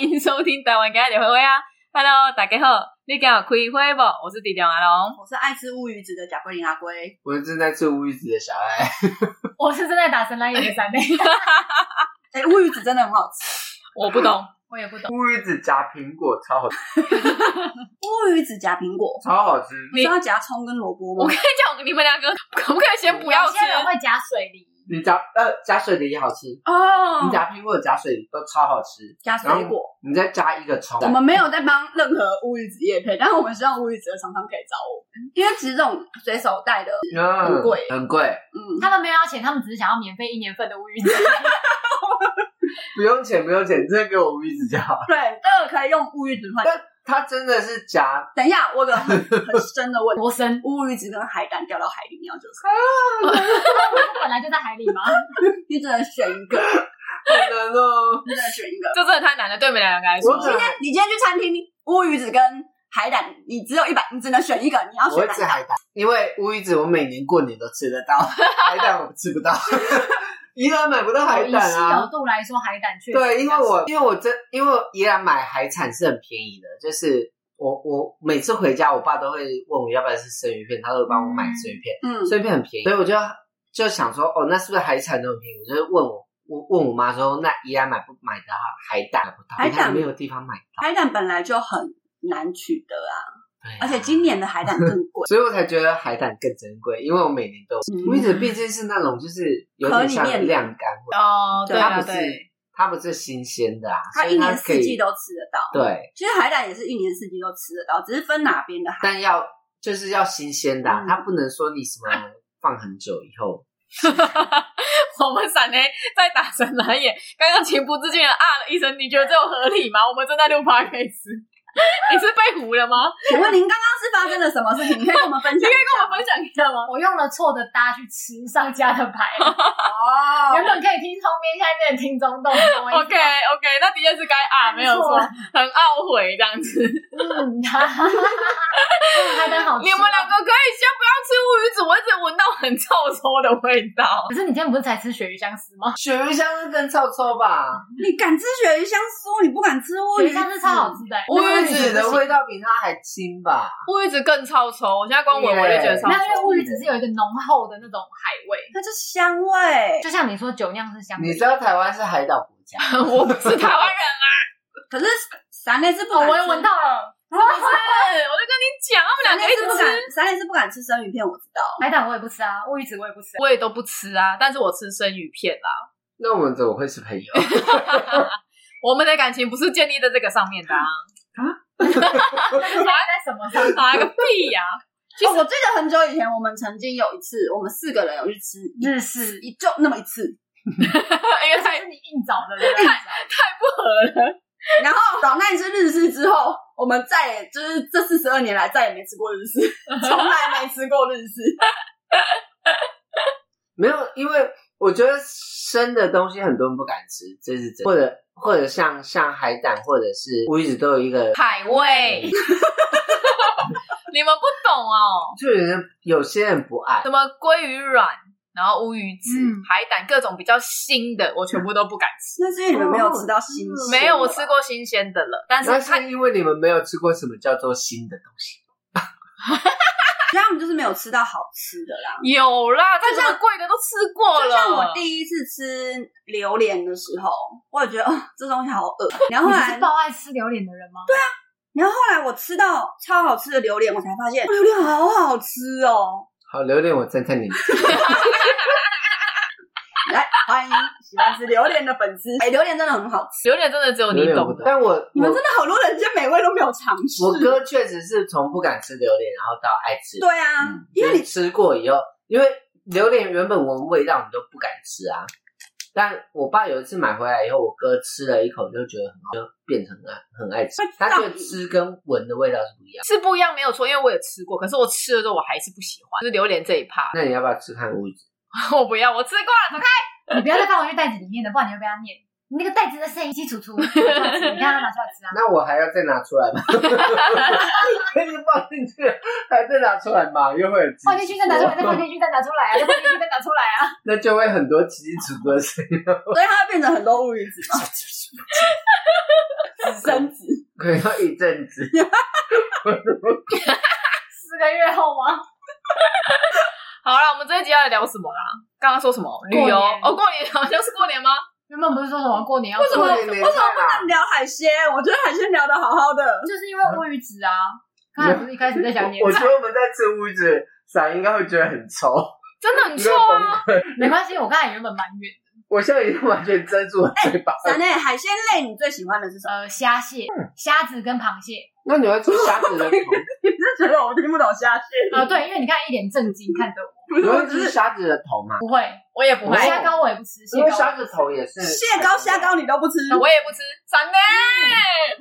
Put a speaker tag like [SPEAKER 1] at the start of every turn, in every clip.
[SPEAKER 1] 迎收听台湾家的灰灰啊！Hello，大家好，你敢有开会不？我是迪亮阿龙，
[SPEAKER 2] 我是爱吃乌鱼子的贾桂林阿龟，
[SPEAKER 3] 我正在做乌鱼子的小 爱，
[SPEAKER 4] 我是正在打神来也的三妹，
[SPEAKER 2] 哎、乌鱼子真的很好吃，
[SPEAKER 1] 我不懂，
[SPEAKER 4] 我也不懂。
[SPEAKER 3] 乌鱼子夹苹果超好吃，
[SPEAKER 2] 乌鱼子夹苹果，
[SPEAKER 3] 超好吃。
[SPEAKER 2] 你是要夹葱跟萝卜
[SPEAKER 1] 我
[SPEAKER 2] 吗
[SPEAKER 1] 跟？你讲，你们两个可不可以先不要
[SPEAKER 4] 有
[SPEAKER 1] 吃
[SPEAKER 4] 些？人会加水梨，
[SPEAKER 3] 你夹呃加水梨也好吃，
[SPEAKER 2] 哦
[SPEAKER 3] 你夹苹果夹水梨都超好吃。
[SPEAKER 2] 加水果。
[SPEAKER 3] 你再加一个葱，
[SPEAKER 2] 我们没有在帮任何乌鱼子业配，但是我们希望乌鱼子的厂商可以找我们，因为其实这种随手带的，
[SPEAKER 3] 嗯
[SPEAKER 2] 很贵
[SPEAKER 3] 很贵，
[SPEAKER 2] 嗯，
[SPEAKER 4] 他们没有要钱，他们只是想要免费一年份的乌鱼子。
[SPEAKER 3] 不用钱不用钱，直接给我乌鱼子就好。
[SPEAKER 2] 对，这个可以用乌鱼子换。
[SPEAKER 3] 它真的是夹，
[SPEAKER 2] 等一下，我有个很很深的问题，
[SPEAKER 4] 多深？
[SPEAKER 2] 乌鱼子跟海胆掉到海里，你要救 谁？
[SPEAKER 4] 我本来就在海 里吗？
[SPEAKER 2] 你只能选一个，
[SPEAKER 3] 好 难哦。
[SPEAKER 2] 你只能选一个。
[SPEAKER 1] 这真的太难了，对你们啊两个来
[SPEAKER 3] 我只
[SPEAKER 1] 说，
[SPEAKER 2] 你今天去餐厅，乌鱼子跟海胆，你只有一百，你只能选一个，你要
[SPEAKER 3] 我会
[SPEAKER 2] 选哪一
[SPEAKER 3] 吃
[SPEAKER 2] 个？
[SPEAKER 3] 海胆，因为乌鱼子我每年过年都吃 得到，海胆我吃不到， 宜兰买不到海
[SPEAKER 4] 以
[SPEAKER 3] 胆
[SPEAKER 4] 稀
[SPEAKER 3] 啊
[SPEAKER 4] 有。度来说，海胆确实
[SPEAKER 3] 对，
[SPEAKER 4] 比
[SPEAKER 3] 因
[SPEAKER 4] 较
[SPEAKER 3] 为我因为我真因为宜兰买海产是很便宜的，就是我我每次回家，我爸都会问我要不要吃生鱼片，他都会帮我买生鱼片，
[SPEAKER 2] 嗯，
[SPEAKER 3] 生鱼片很便宜，所以我就就想说，哦，那是不是海产都很便宜？我就问我我问我妈说，那宜兰买不买得到海胆？买不到，
[SPEAKER 2] 海胆
[SPEAKER 3] 宜兰没有地方买到，
[SPEAKER 2] 海胆本来就很难取得啊，
[SPEAKER 3] 对啊。
[SPEAKER 2] 而且今年的海胆更贵
[SPEAKER 3] 所以我才觉得海胆更珍贵，因为我每年都吃，因为这毕竟是那种就是有
[SPEAKER 2] 河
[SPEAKER 3] 点
[SPEAKER 2] 嗯里
[SPEAKER 3] 像
[SPEAKER 2] 面的
[SPEAKER 3] 晾干或者，
[SPEAKER 1] 哦，对
[SPEAKER 3] 它
[SPEAKER 1] 啊，
[SPEAKER 3] 不是
[SPEAKER 1] 对，
[SPEAKER 3] 它不是新鲜的啊，
[SPEAKER 2] 它
[SPEAKER 3] 所以
[SPEAKER 2] 一
[SPEAKER 3] 它
[SPEAKER 2] 年
[SPEAKER 3] 可
[SPEAKER 2] 四
[SPEAKER 3] 以
[SPEAKER 2] 季都吃得到，
[SPEAKER 3] 对。
[SPEAKER 2] 其实海胆也是一年四季都吃得到，只是分哪边的海。
[SPEAKER 3] 但要就是要新鲜的、啊，
[SPEAKER 2] 嗯
[SPEAKER 3] 它不能说你什么放很久以后。
[SPEAKER 1] 我们闪雷在打神来也，刚刚情不自禁的啊了一声，你觉得这有合理吗？我们正在录 podcast，你 是被糊了吗？
[SPEAKER 2] 请问您刚刚是发生了什么事情？你可以跟我们分享一
[SPEAKER 1] 跟
[SPEAKER 2] 下
[SPEAKER 1] 我
[SPEAKER 2] 吗。
[SPEAKER 1] 分享一下吗？
[SPEAKER 4] 我用了错的搭去吃上家的牌，原
[SPEAKER 2] 哦，
[SPEAKER 4] 本可以听通边，现在变成听中洞，你懂我意思吗
[SPEAKER 1] OK OK，那的确是该啊，没有错，
[SPEAKER 4] 按
[SPEAKER 1] 很懊悔这样子。
[SPEAKER 4] 嗯，哈哈哈哈哈，海胆好 吃。哦
[SPEAKER 1] 你们两，个可以先不要吃乌鱼子，我一直闻到很臭臭的味道。
[SPEAKER 4] 可是你今天不是才吃鳕鱼香丝吗？
[SPEAKER 3] 鳕鱼香是更臭臭吧？
[SPEAKER 2] 你敢吃鳕鱼香酥，你不敢吃乌鱼
[SPEAKER 4] 鳕鱼
[SPEAKER 2] 子
[SPEAKER 4] 香丝超好。吃的欸，
[SPEAKER 3] 乌鱼子的
[SPEAKER 4] 味。
[SPEAKER 3] 味道比它还轻吧？
[SPEAKER 1] 乌鱼子更超臭，我现在光闻我就觉得超
[SPEAKER 4] 没有，因为
[SPEAKER 1] 臭。
[SPEAKER 4] 乌鱼子是有一个浓厚的那种海味，
[SPEAKER 2] 那就香味，
[SPEAKER 4] 就像你说酒酿是香的。
[SPEAKER 3] 你知道台湾是海岛国家，
[SPEAKER 1] 我不是台湾人啊，
[SPEAKER 2] 可是三类是不
[SPEAKER 4] 哦，
[SPEAKER 2] 敢吃，
[SPEAKER 4] 我也闻到了，
[SPEAKER 1] 不是，我就跟你讲，他
[SPEAKER 2] 三
[SPEAKER 1] 们两
[SPEAKER 2] 类
[SPEAKER 1] 个一
[SPEAKER 2] 是不
[SPEAKER 1] 直吃，
[SPEAKER 2] 敢，三类是不敢吃生鱼片，我知道。
[SPEAKER 4] 海胆我也不吃啊，乌鱼子我也不 吃啊。
[SPEAKER 1] 我也都不吃啊，但是我吃生鱼片啦。
[SPEAKER 3] 那我们怎么会是朋友？
[SPEAKER 1] 我们的感情不是建立在这个上面的啊，
[SPEAKER 4] 那你现在在什么上？
[SPEAKER 1] 打个屁呀、
[SPEAKER 2] 哦，我记得很久以前，我们曾经有一次，我们四个人有去吃一
[SPEAKER 4] 日式，
[SPEAKER 2] 一就那么一次，
[SPEAKER 1] 因为太
[SPEAKER 4] 是你硬找的，啊硬找。
[SPEAKER 1] 太不合了。
[SPEAKER 2] 然后找那一次日式之后，我们再也就是这四十二年来再也没吃过日式， 从来没吃过日式。
[SPEAKER 3] 没有，因为我觉得生的东西很多人不敢吃，这是真的。或者或者像像海胆或者是乌鱼子都有一个，
[SPEAKER 1] 海味，你们不懂哦。
[SPEAKER 3] 就有人有些人不爱
[SPEAKER 1] 什。么鲑鱼卵，然后乌鱼子、
[SPEAKER 4] 嗯
[SPEAKER 1] 海胆，各种比较新的，我全部都不敢吃。
[SPEAKER 2] 那是因为你们没哦有吃到新鲜的吧，
[SPEAKER 1] 没有，我吃过新鲜的了，但是
[SPEAKER 3] 那
[SPEAKER 1] 它
[SPEAKER 3] 是因为你们没有吃过什么叫做新的东西。
[SPEAKER 2] 所以他们就是没有吃到好吃的啦。
[SPEAKER 1] 有啦，
[SPEAKER 2] 就
[SPEAKER 1] 再
[SPEAKER 2] 像
[SPEAKER 1] 怎么贵的都吃过
[SPEAKER 2] 就
[SPEAKER 1] 了。
[SPEAKER 2] 像我第一次吃榴莲的时候，我也觉得哦，这东西好 恶。然后
[SPEAKER 4] 你
[SPEAKER 2] 后
[SPEAKER 4] 不
[SPEAKER 2] 来
[SPEAKER 4] 是，爆爱吃榴莲的人吗？对啊，
[SPEAKER 2] 然后后来我吃到超好吃的榴莲，我才发现哦榴莲好好吃哦。
[SPEAKER 3] 好，榴莲我站在你
[SPEAKER 2] 来，欢迎喜欢吃榴莲的粉丝。哎，榴莲真的很好吃，
[SPEAKER 1] 榴莲真的只有哦你
[SPEAKER 3] 榴莲
[SPEAKER 1] 懂
[SPEAKER 3] 我不，但我
[SPEAKER 2] 你们
[SPEAKER 3] 我
[SPEAKER 2] 真的好多人间美味都没有尝试。
[SPEAKER 3] 我哥确实是从不敢吃榴莲，然后到爱吃。
[SPEAKER 2] 对啊，
[SPEAKER 3] 嗯，
[SPEAKER 2] 因为你
[SPEAKER 3] 就是吃过以后，因为榴莲原本闻味道你都不敢吃啊。但我爸有一次买回来以后，我哥吃了一口就觉得很好，就变成很爱很爱吃
[SPEAKER 2] 会。
[SPEAKER 3] 他觉
[SPEAKER 2] 上
[SPEAKER 3] 得
[SPEAKER 2] 瘾
[SPEAKER 3] 吃跟闻的味道是不一样。
[SPEAKER 1] 是不一样，没有错。因为我也吃过，可是我吃了之后我还是不喜欢，就是 榴莲这一趴，
[SPEAKER 3] 那你要不要吃看乌鱼子？
[SPEAKER 1] 我不要，我吃过了，走开。
[SPEAKER 4] 你不要再放回去袋子里面的，不然你会被他念。你那个袋子的声音清楚楚，你看他拿出来 吃啊。
[SPEAKER 3] 那我还要再拿出来吗？ 已经放进去，还再拿出来吗？又会有鸡
[SPEAKER 4] 放进去再拿出来，再放进去再拿出来啊，再放进去再拿出来啊。
[SPEAKER 3] 那就会很多奇奇楚楚的声音。
[SPEAKER 2] 所以它会变成很多乌鱼子嘛。身子，
[SPEAKER 3] 可能要一阵子。
[SPEAKER 4] 四个月后吗？
[SPEAKER 1] 好了，我们这一集要来聊什么啦？刚刚说什么旅游？
[SPEAKER 4] 过年
[SPEAKER 1] 哦，过年好像是过年吗？
[SPEAKER 4] 原本不是说什么过年要
[SPEAKER 2] 为什么
[SPEAKER 4] 做
[SPEAKER 2] 为什么
[SPEAKER 3] 啊
[SPEAKER 2] 不能聊海鲜？我觉得海鲜聊的好好的，
[SPEAKER 4] 就是因为乌鱼子啊，刚才不是一开始在讲年
[SPEAKER 3] 我我觉
[SPEAKER 4] 菜，
[SPEAKER 3] 得我们在吃屋子，伞应该会觉得很臭。
[SPEAKER 1] 真的很 臭
[SPEAKER 3] 有
[SPEAKER 1] 啊！
[SPEAKER 4] 没关系，我刚才原本蛮远的。
[SPEAKER 3] 我现在已经完全遮住了嘴巴。
[SPEAKER 2] 咱内海鲜类你最喜欢的是什么？
[SPEAKER 4] 呃，虾蟹、虾子跟螃蟹
[SPEAKER 3] 那你会吃虾子的头？
[SPEAKER 2] 你是觉得我听不懂虾蟹？
[SPEAKER 4] 啊、呃对，因为你看一脸震惊看着我，
[SPEAKER 2] 不
[SPEAKER 3] 你
[SPEAKER 2] 是，我
[SPEAKER 3] 会
[SPEAKER 2] 只
[SPEAKER 3] 吃
[SPEAKER 2] 是
[SPEAKER 3] 虾子的头吗？
[SPEAKER 4] 不会，
[SPEAKER 1] 我也不
[SPEAKER 3] 我
[SPEAKER 1] 会，
[SPEAKER 4] 虾膏我也不吃，蟹
[SPEAKER 3] 因为虾
[SPEAKER 4] 膏
[SPEAKER 3] 子头也是
[SPEAKER 2] 蟹膏、虾。膏你都不吃，
[SPEAKER 1] 我也不吃。闪妹，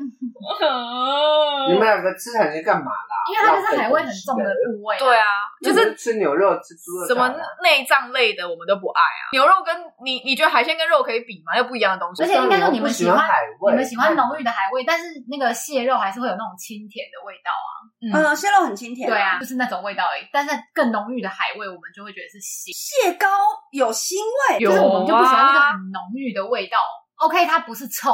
[SPEAKER 3] 你们两个吃海鲜干嘛？
[SPEAKER 4] 因为它就是海味很重的部位、
[SPEAKER 1] 对啊，就
[SPEAKER 3] 那你
[SPEAKER 1] 是
[SPEAKER 3] 们吃牛肉、吃猪 肉
[SPEAKER 1] 什
[SPEAKER 3] 干嘛，
[SPEAKER 1] 么内脏类的我们都不爱啊。牛肉跟你你觉得海鲜跟肉可以比吗？又不一样的东西。
[SPEAKER 4] 而且应该说你
[SPEAKER 3] 不
[SPEAKER 4] 们
[SPEAKER 3] 喜
[SPEAKER 4] 喜欢
[SPEAKER 3] 海味，
[SPEAKER 4] 你们喜欢浓郁的海味，但是那个蟹肉还是会有那种清甜的味道啊。
[SPEAKER 1] 嗯
[SPEAKER 2] 嗯，蟹肉很清甜。
[SPEAKER 4] 对，啊，就是那种味道而已。但是更浓郁的海味，我们就会觉得是腥，
[SPEAKER 2] 蟹膏有腥味，
[SPEAKER 1] 有
[SPEAKER 4] 就是我们就不喜欢那个
[SPEAKER 1] 啊，
[SPEAKER 4] 很浓郁的味道。OK，它不是臭，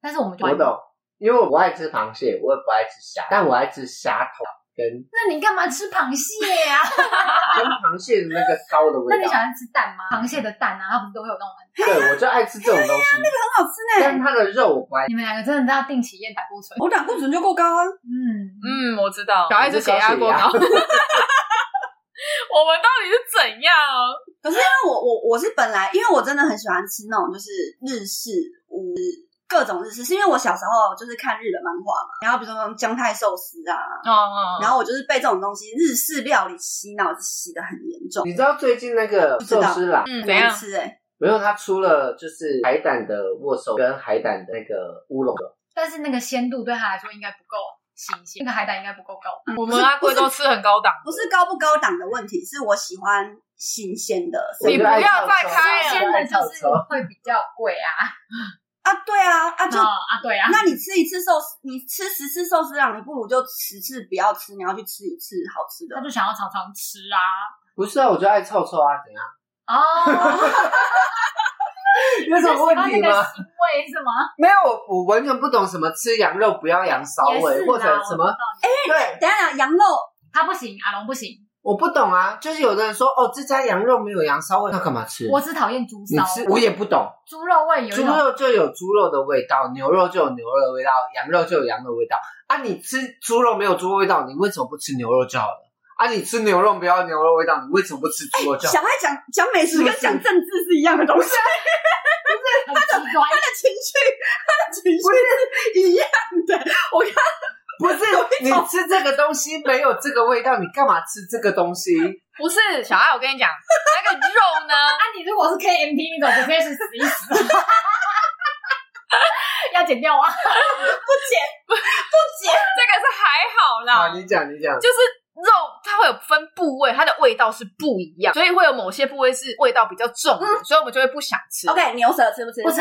[SPEAKER 4] 但是我们就
[SPEAKER 3] 我懂，因为我不爱吃螃蟹，我也不爱吃虾，但我爱吃虾头跟
[SPEAKER 4] 那你干嘛吃螃蟹啊？
[SPEAKER 3] 跟螃蟹的那个膏的味
[SPEAKER 4] 那你喜
[SPEAKER 3] 道。
[SPEAKER 4] 欢吃蛋吗？螃蟹的蛋啊，它不是都会有那种很……
[SPEAKER 3] 对，我就爱吃这种东
[SPEAKER 2] 很
[SPEAKER 3] 西，
[SPEAKER 2] 好吃
[SPEAKER 3] 但
[SPEAKER 2] 呢。
[SPEAKER 3] 它的肉我不爱。
[SPEAKER 4] 你们两个真的要定期验胆固醇。
[SPEAKER 2] 我胆固醇就够高啊，
[SPEAKER 4] 嗯，
[SPEAKER 1] 嗯，我知道，小孩子血压过
[SPEAKER 3] 我是
[SPEAKER 1] 高。
[SPEAKER 3] 高
[SPEAKER 1] 我们到底是怎样？
[SPEAKER 2] 可是因为我我我是本来，因为我真的很喜欢吃那种就是日式五各种日式，是因为我小时候就是看日本漫画嘛，然后比如说姜太寿司啊，
[SPEAKER 1] 嗯嗯，
[SPEAKER 2] 然后我就是被这种东西日式料理洗脑洗的很严重，
[SPEAKER 3] 你知道最近那个
[SPEAKER 2] 知道
[SPEAKER 3] 寿司啦，
[SPEAKER 1] 嗯，
[SPEAKER 2] 很
[SPEAKER 1] 怎
[SPEAKER 2] 难
[SPEAKER 1] 样？
[SPEAKER 2] 吃哎、
[SPEAKER 3] 没有它出了就是海胆的握手跟海胆的那个乌龙，
[SPEAKER 4] 但是那个鲜度对它来说应该不够新鲜，那个海胆应该不够高。
[SPEAKER 1] 嗯我们阿贵都吃很高档，
[SPEAKER 2] 不是高不高档的问题，是我喜欢新鲜的生
[SPEAKER 1] 你
[SPEAKER 2] 物
[SPEAKER 1] 不要再开了
[SPEAKER 4] 鲜的就是会比较贵啊。
[SPEAKER 2] 啊，对啊啊就。
[SPEAKER 4] 啊啊，对啊，
[SPEAKER 2] 那你吃一次寿司，你吃十次寿司啊郎，你不如就十次不要吃，你要去吃一次好吃的
[SPEAKER 4] 他。就想要常常吃啊。
[SPEAKER 3] 不是啊，我就爱臭臭啊，怎样？
[SPEAKER 4] 哦，
[SPEAKER 3] 有什么问题
[SPEAKER 4] 啊那个
[SPEAKER 3] 吗？
[SPEAKER 4] 腥味是吗？
[SPEAKER 3] 没有，我我完全不懂什么吃羊肉不要羊骚
[SPEAKER 4] 也是
[SPEAKER 3] 味，
[SPEAKER 4] 啦
[SPEAKER 3] 或者什
[SPEAKER 4] 我
[SPEAKER 3] 么
[SPEAKER 4] 知道你
[SPEAKER 3] 对，
[SPEAKER 2] 等一下，羊肉
[SPEAKER 4] 他不行，阿龙不行，
[SPEAKER 3] 我不懂啊。就是有的人说哦，这家羊肉没有羊骚味，那干嘛吃？
[SPEAKER 4] 我只讨厌猪
[SPEAKER 3] 你
[SPEAKER 4] 骚，
[SPEAKER 3] 吃我也不懂，
[SPEAKER 4] 猪肉味有一
[SPEAKER 3] 猪
[SPEAKER 4] 种
[SPEAKER 3] 肉就有猪肉的味道，牛肉就有牛肉的味道，羊肉就有羊的味道。啊，你吃猪肉没有猪肉味道，你为什么不吃牛肉就好了？啊，你吃牛肉没有牛肉味道，你为什么不吃猪肉就
[SPEAKER 1] 哎
[SPEAKER 3] 好？
[SPEAKER 2] 小孩讲讲美食跟讲政治是一样的东西，他
[SPEAKER 4] 很奇怪，
[SPEAKER 2] 的情绪，他的情绪是一样的。我看
[SPEAKER 3] 不是你吃这个东西没有这个味道，你干嘛吃这个东西？
[SPEAKER 1] 不是小爱，我跟你讲，那个肉 呢？
[SPEAKER 4] 啊，你如果是 KMT，你怎么可以是死一死？ 要剪掉啊！
[SPEAKER 1] 这个是还好啦
[SPEAKER 3] 好，，你讲，你讲。
[SPEAKER 1] 就是肉它会有分部位，它的味道是不一样，所以会有某些部位是味道比较重的，所以我们就会不想吃。
[SPEAKER 2] OK，牛舌吃不吃？
[SPEAKER 4] 不吃，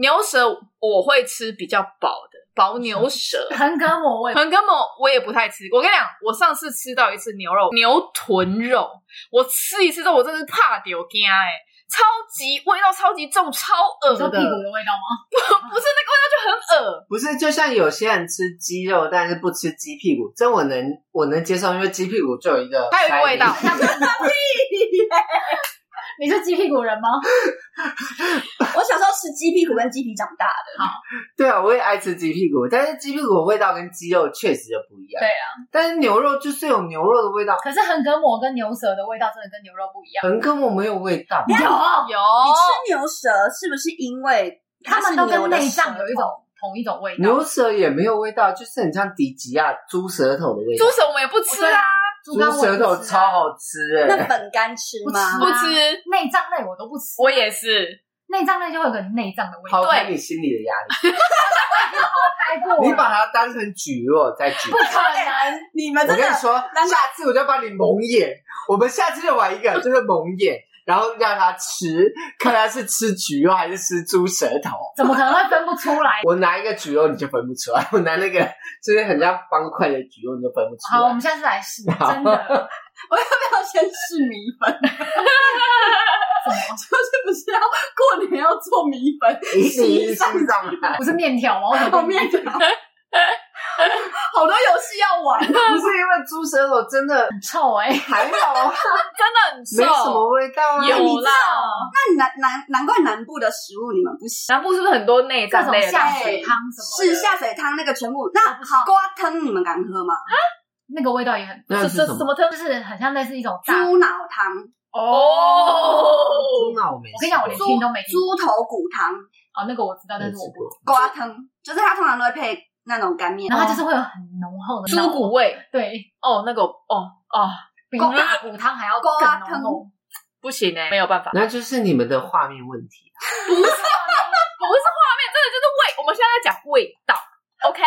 [SPEAKER 1] 牛舌我会吃比较薄的薄牛舌
[SPEAKER 4] 横膈 膜味，
[SPEAKER 1] 横膈膜我也不太吃。我跟你讲，我上次吃到一次牛肉牛臀肉，我吃一次之后我真的是怕丢惊哎，超级味道超级重，超恶
[SPEAKER 4] 你说
[SPEAKER 1] 的，
[SPEAKER 4] 屁股的味道吗？
[SPEAKER 1] 不是那个味道就很恶。
[SPEAKER 3] 不是，就像有些人吃鸡肉，但是不吃鸡屁股，这我能我能接受，因为鸡屁股就有一个
[SPEAKER 1] 它有一个
[SPEAKER 3] 塞
[SPEAKER 1] 味道
[SPEAKER 3] 鼻
[SPEAKER 4] 像你是鸡屁股人吗？
[SPEAKER 2] 我小时候吃鸡屁股跟鸡皮长大的，
[SPEAKER 3] 对啊，我也爱吃鸡屁股，但是鸡屁股的味道跟鸡肉确实就不一样。
[SPEAKER 4] 对
[SPEAKER 3] 啊，但是牛肉就是有牛肉的味道，
[SPEAKER 4] 可是横膈膜跟牛舌的味道真的跟牛肉不一样。
[SPEAKER 3] 横膈膜没有味道。
[SPEAKER 4] 有，
[SPEAKER 1] 有，
[SPEAKER 2] 你吃牛舌是不是因为它
[SPEAKER 4] 他
[SPEAKER 2] 是
[SPEAKER 4] 们都
[SPEAKER 2] 牛
[SPEAKER 4] 跟
[SPEAKER 2] 的
[SPEAKER 4] 内脏
[SPEAKER 2] 舌
[SPEAKER 4] 有一
[SPEAKER 2] 头
[SPEAKER 4] 种同一种味道。
[SPEAKER 3] 牛舌也没有味道，就是很像迪吉亚猪舌头的味道。
[SPEAKER 1] 猪舌我们也不吃啊，
[SPEAKER 4] 猪肝
[SPEAKER 3] 猪
[SPEAKER 4] 我也
[SPEAKER 3] 舌
[SPEAKER 4] 不
[SPEAKER 3] 头
[SPEAKER 4] 吃
[SPEAKER 3] 超
[SPEAKER 4] 啊，
[SPEAKER 3] 好吃哎、
[SPEAKER 2] 那本干吃吗？
[SPEAKER 1] 不
[SPEAKER 4] 不吃啊
[SPEAKER 1] 吃。
[SPEAKER 4] 内脏类我都不吃，
[SPEAKER 1] 我也是，
[SPEAKER 4] 内脏类就会有个内脏的味道。
[SPEAKER 3] 抛开
[SPEAKER 1] 对
[SPEAKER 3] 你心里的压力，
[SPEAKER 4] 开过
[SPEAKER 3] 你把它当成蒟蒻在举
[SPEAKER 4] 不。可能，
[SPEAKER 2] 你们
[SPEAKER 3] 我跟
[SPEAKER 2] 真
[SPEAKER 3] 你
[SPEAKER 2] 的
[SPEAKER 3] 说，下次我就把你蒙眼，我们下次就玩一个，就是蒙 眼，然后让他吃，看他是吃蒟蒻还是吃猪舌头。
[SPEAKER 4] 怎么可能会分不出 来？
[SPEAKER 3] 我拿一个蒟蒻你就分不出来，我拿那个就是很像方块的蒟蒻你就分不出
[SPEAKER 4] 好，我
[SPEAKER 3] 来。
[SPEAKER 4] 们下次来试，真的，
[SPEAKER 2] 我要不要先试米粉？
[SPEAKER 4] 什
[SPEAKER 2] 就是不是要过年要做米粉，
[SPEAKER 3] 一零一上
[SPEAKER 4] 么？
[SPEAKER 3] 来，
[SPEAKER 4] 不是面条吗？我怎
[SPEAKER 2] 泡
[SPEAKER 4] 么
[SPEAKER 2] 面条，好多游戏要玩。
[SPEAKER 3] 不是因为猪舌头真的
[SPEAKER 4] 很臭哎、
[SPEAKER 3] 还好啊，
[SPEAKER 1] 真的很
[SPEAKER 3] 没什么
[SPEAKER 1] 瘦。
[SPEAKER 3] 味道啊。
[SPEAKER 1] 有啦，
[SPEAKER 2] 那你南南难怪南部的食物你们不喜欢，
[SPEAKER 1] 南部是不是很多内
[SPEAKER 4] 各
[SPEAKER 1] 脏
[SPEAKER 4] 种
[SPEAKER 1] 类的东
[SPEAKER 4] 下
[SPEAKER 1] 西？
[SPEAKER 4] 水汤什么的
[SPEAKER 2] 是下水汤那个全部。那好瓜汤你们敢喝吗？
[SPEAKER 4] 那个味道也很，
[SPEAKER 3] 那
[SPEAKER 1] 这
[SPEAKER 3] 是
[SPEAKER 1] 这
[SPEAKER 3] 什
[SPEAKER 1] 什
[SPEAKER 3] 么？
[SPEAKER 1] 么汤？
[SPEAKER 4] 就是很像类似一种大。我
[SPEAKER 2] 猪脑汤、
[SPEAKER 1] 哦
[SPEAKER 3] 猪，脑我没吃过。
[SPEAKER 4] 跟你讲，我连听都没听。
[SPEAKER 2] 猪头骨汤、
[SPEAKER 4] 哦，那个我知道，但
[SPEAKER 3] 没
[SPEAKER 4] 是我
[SPEAKER 3] 吃
[SPEAKER 4] 不。
[SPEAKER 3] 过。
[SPEAKER 2] 瓜汤，就是它通常都会配那种干面。
[SPEAKER 4] 然后它就是会有很浓厚的那
[SPEAKER 1] 猪
[SPEAKER 4] 种
[SPEAKER 1] 骨，味。
[SPEAKER 4] 对，
[SPEAKER 1] 哦，那个哦哦，
[SPEAKER 4] 比
[SPEAKER 1] 勾
[SPEAKER 4] 大骨汤还要更
[SPEAKER 2] 勾
[SPEAKER 4] 浓厚。
[SPEAKER 1] 不行哎，没有办法。
[SPEAKER 3] 那就是你们的画面问题。啊
[SPEAKER 1] 不是画面，真的就是味。我们现在在讲味道，OK？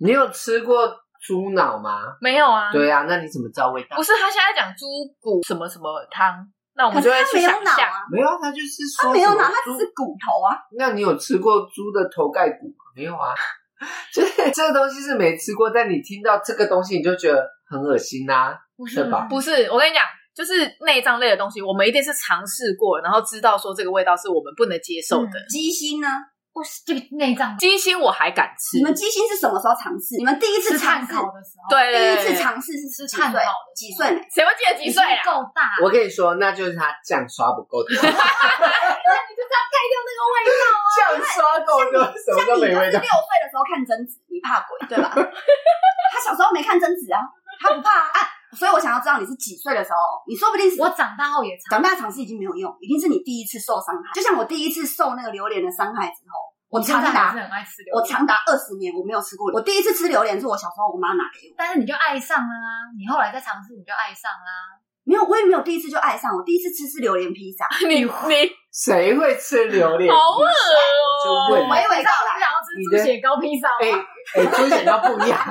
[SPEAKER 3] 你有吃过猪脑吗？
[SPEAKER 1] 没有啊，
[SPEAKER 3] 对啊，那你怎么知道味道
[SPEAKER 1] 不？是他现在讲猪骨什么什么汤，那我
[SPEAKER 2] 哦可
[SPEAKER 1] 们
[SPEAKER 2] 是
[SPEAKER 1] 就会
[SPEAKER 2] 它
[SPEAKER 1] 去
[SPEAKER 2] 没
[SPEAKER 1] 想
[SPEAKER 2] 有脑
[SPEAKER 1] 象。
[SPEAKER 2] 啊，
[SPEAKER 3] 没有啊，他就是
[SPEAKER 2] 它
[SPEAKER 3] 说
[SPEAKER 2] 没有
[SPEAKER 3] 什么
[SPEAKER 2] 脑，它
[SPEAKER 3] 猪
[SPEAKER 2] 只是骨头啊。
[SPEAKER 3] 那你有吃过猪的头盖骨吗？没有啊， 就是这个东西是没吃过，但你听到这个东西你就觉得很恶心啊呐、
[SPEAKER 4] 不是
[SPEAKER 3] 对吧
[SPEAKER 1] 不是，我跟你讲，就是内脏类的东西，我们一定是尝试过，然后知道说这个味道是我们不能接受的。
[SPEAKER 2] 鸡心呢？
[SPEAKER 4] 不是这个内脏
[SPEAKER 1] 鸡心我还敢吃
[SPEAKER 2] 你，们鸡心是什么时候尝试？你们第一次
[SPEAKER 4] 吃
[SPEAKER 2] 尝
[SPEAKER 4] 炭
[SPEAKER 2] 试，
[SPEAKER 4] 烤的时候，，
[SPEAKER 1] 对，
[SPEAKER 2] 第一
[SPEAKER 1] 对
[SPEAKER 2] 次，尝试是
[SPEAKER 4] 吃
[SPEAKER 2] 几
[SPEAKER 4] 炭烤
[SPEAKER 2] 岁？
[SPEAKER 4] 的
[SPEAKER 2] 几岁呢？
[SPEAKER 1] 谁会记得几岁啊？
[SPEAKER 4] 够大，
[SPEAKER 3] 我跟你说，那就是他酱刷不够多，酱
[SPEAKER 4] 你就是要盖掉那个味 道。
[SPEAKER 3] 刷够多，什么
[SPEAKER 2] 像
[SPEAKER 3] 都
[SPEAKER 2] 你
[SPEAKER 3] 没
[SPEAKER 2] 就是六
[SPEAKER 3] 味道。
[SPEAKER 2] 岁的时候看贞子，你怕鬼对吧？ 他小时候没看贞子啊，他不怕啊。所以我想要知道你是几岁的时候，你说不定是
[SPEAKER 4] 我长大后也尝
[SPEAKER 2] 长，大尝试已经没有用，一定是你第一次受伤害。就像我第一次受那个榴莲的伤害之后，我
[SPEAKER 4] 现
[SPEAKER 2] 长
[SPEAKER 4] 在还是
[SPEAKER 2] 达
[SPEAKER 4] 很爱吃榴
[SPEAKER 2] 我
[SPEAKER 4] 莲，
[SPEAKER 2] 长达二十年我没有吃过。我第一次吃榴莲是我小时候我妈拿给我，
[SPEAKER 4] 但是你就爱上了啊！你后来再尝试，你就爱上啊啦。
[SPEAKER 2] 没有我也没有第一次就爱上，我第一次吃是榴莲披萨，
[SPEAKER 1] 你你
[SPEAKER 3] 谁会吃榴莲？
[SPEAKER 1] 好恶啊
[SPEAKER 3] 我就
[SPEAKER 1] 哦
[SPEAKER 3] 问！
[SPEAKER 2] 娓娓道来
[SPEAKER 4] 你。想要吃猪血糕披萨吗？
[SPEAKER 3] 哎哎，猪血糕不一样，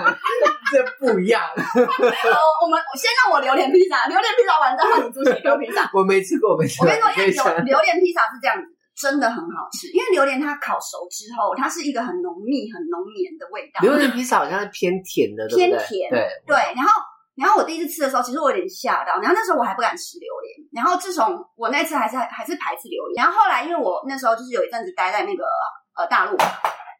[SPEAKER 3] 这不一样，
[SPEAKER 2] 哦，我们先让我榴莲披萨，榴莲披萨完再让你猪血糕披萨。
[SPEAKER 3] 我没吃过，我没吃
[SPEAKER 2] 我
[SPEAKER 3] 过。
[SPEAKER 2] 跟你说，因为
[SPEAKER 3] 可以
[SPEAKER 2] 榴
[SPEAKER 3] 尝
[SPEAKER 2] 榴莲披萨是这样子的，真的很好吃。因为榴莲它烤熟之后，它是一个很浓密、很浓绵的味道，
[SPEAKER 3] 榴莲披萨好像是偏甜的，对不对
[SPEAKER 2] 偏甜对，
[SPEAKER 3] 对
[SPEAKER 2] 然后。然后我第一次吃的时候，其实我有点吓到。然后那时候我还不敢吃榴莲。然后自从我那次还是还是排斥榴莲。然后后来因为我那时候就是有一阵子待在那个呃大陆，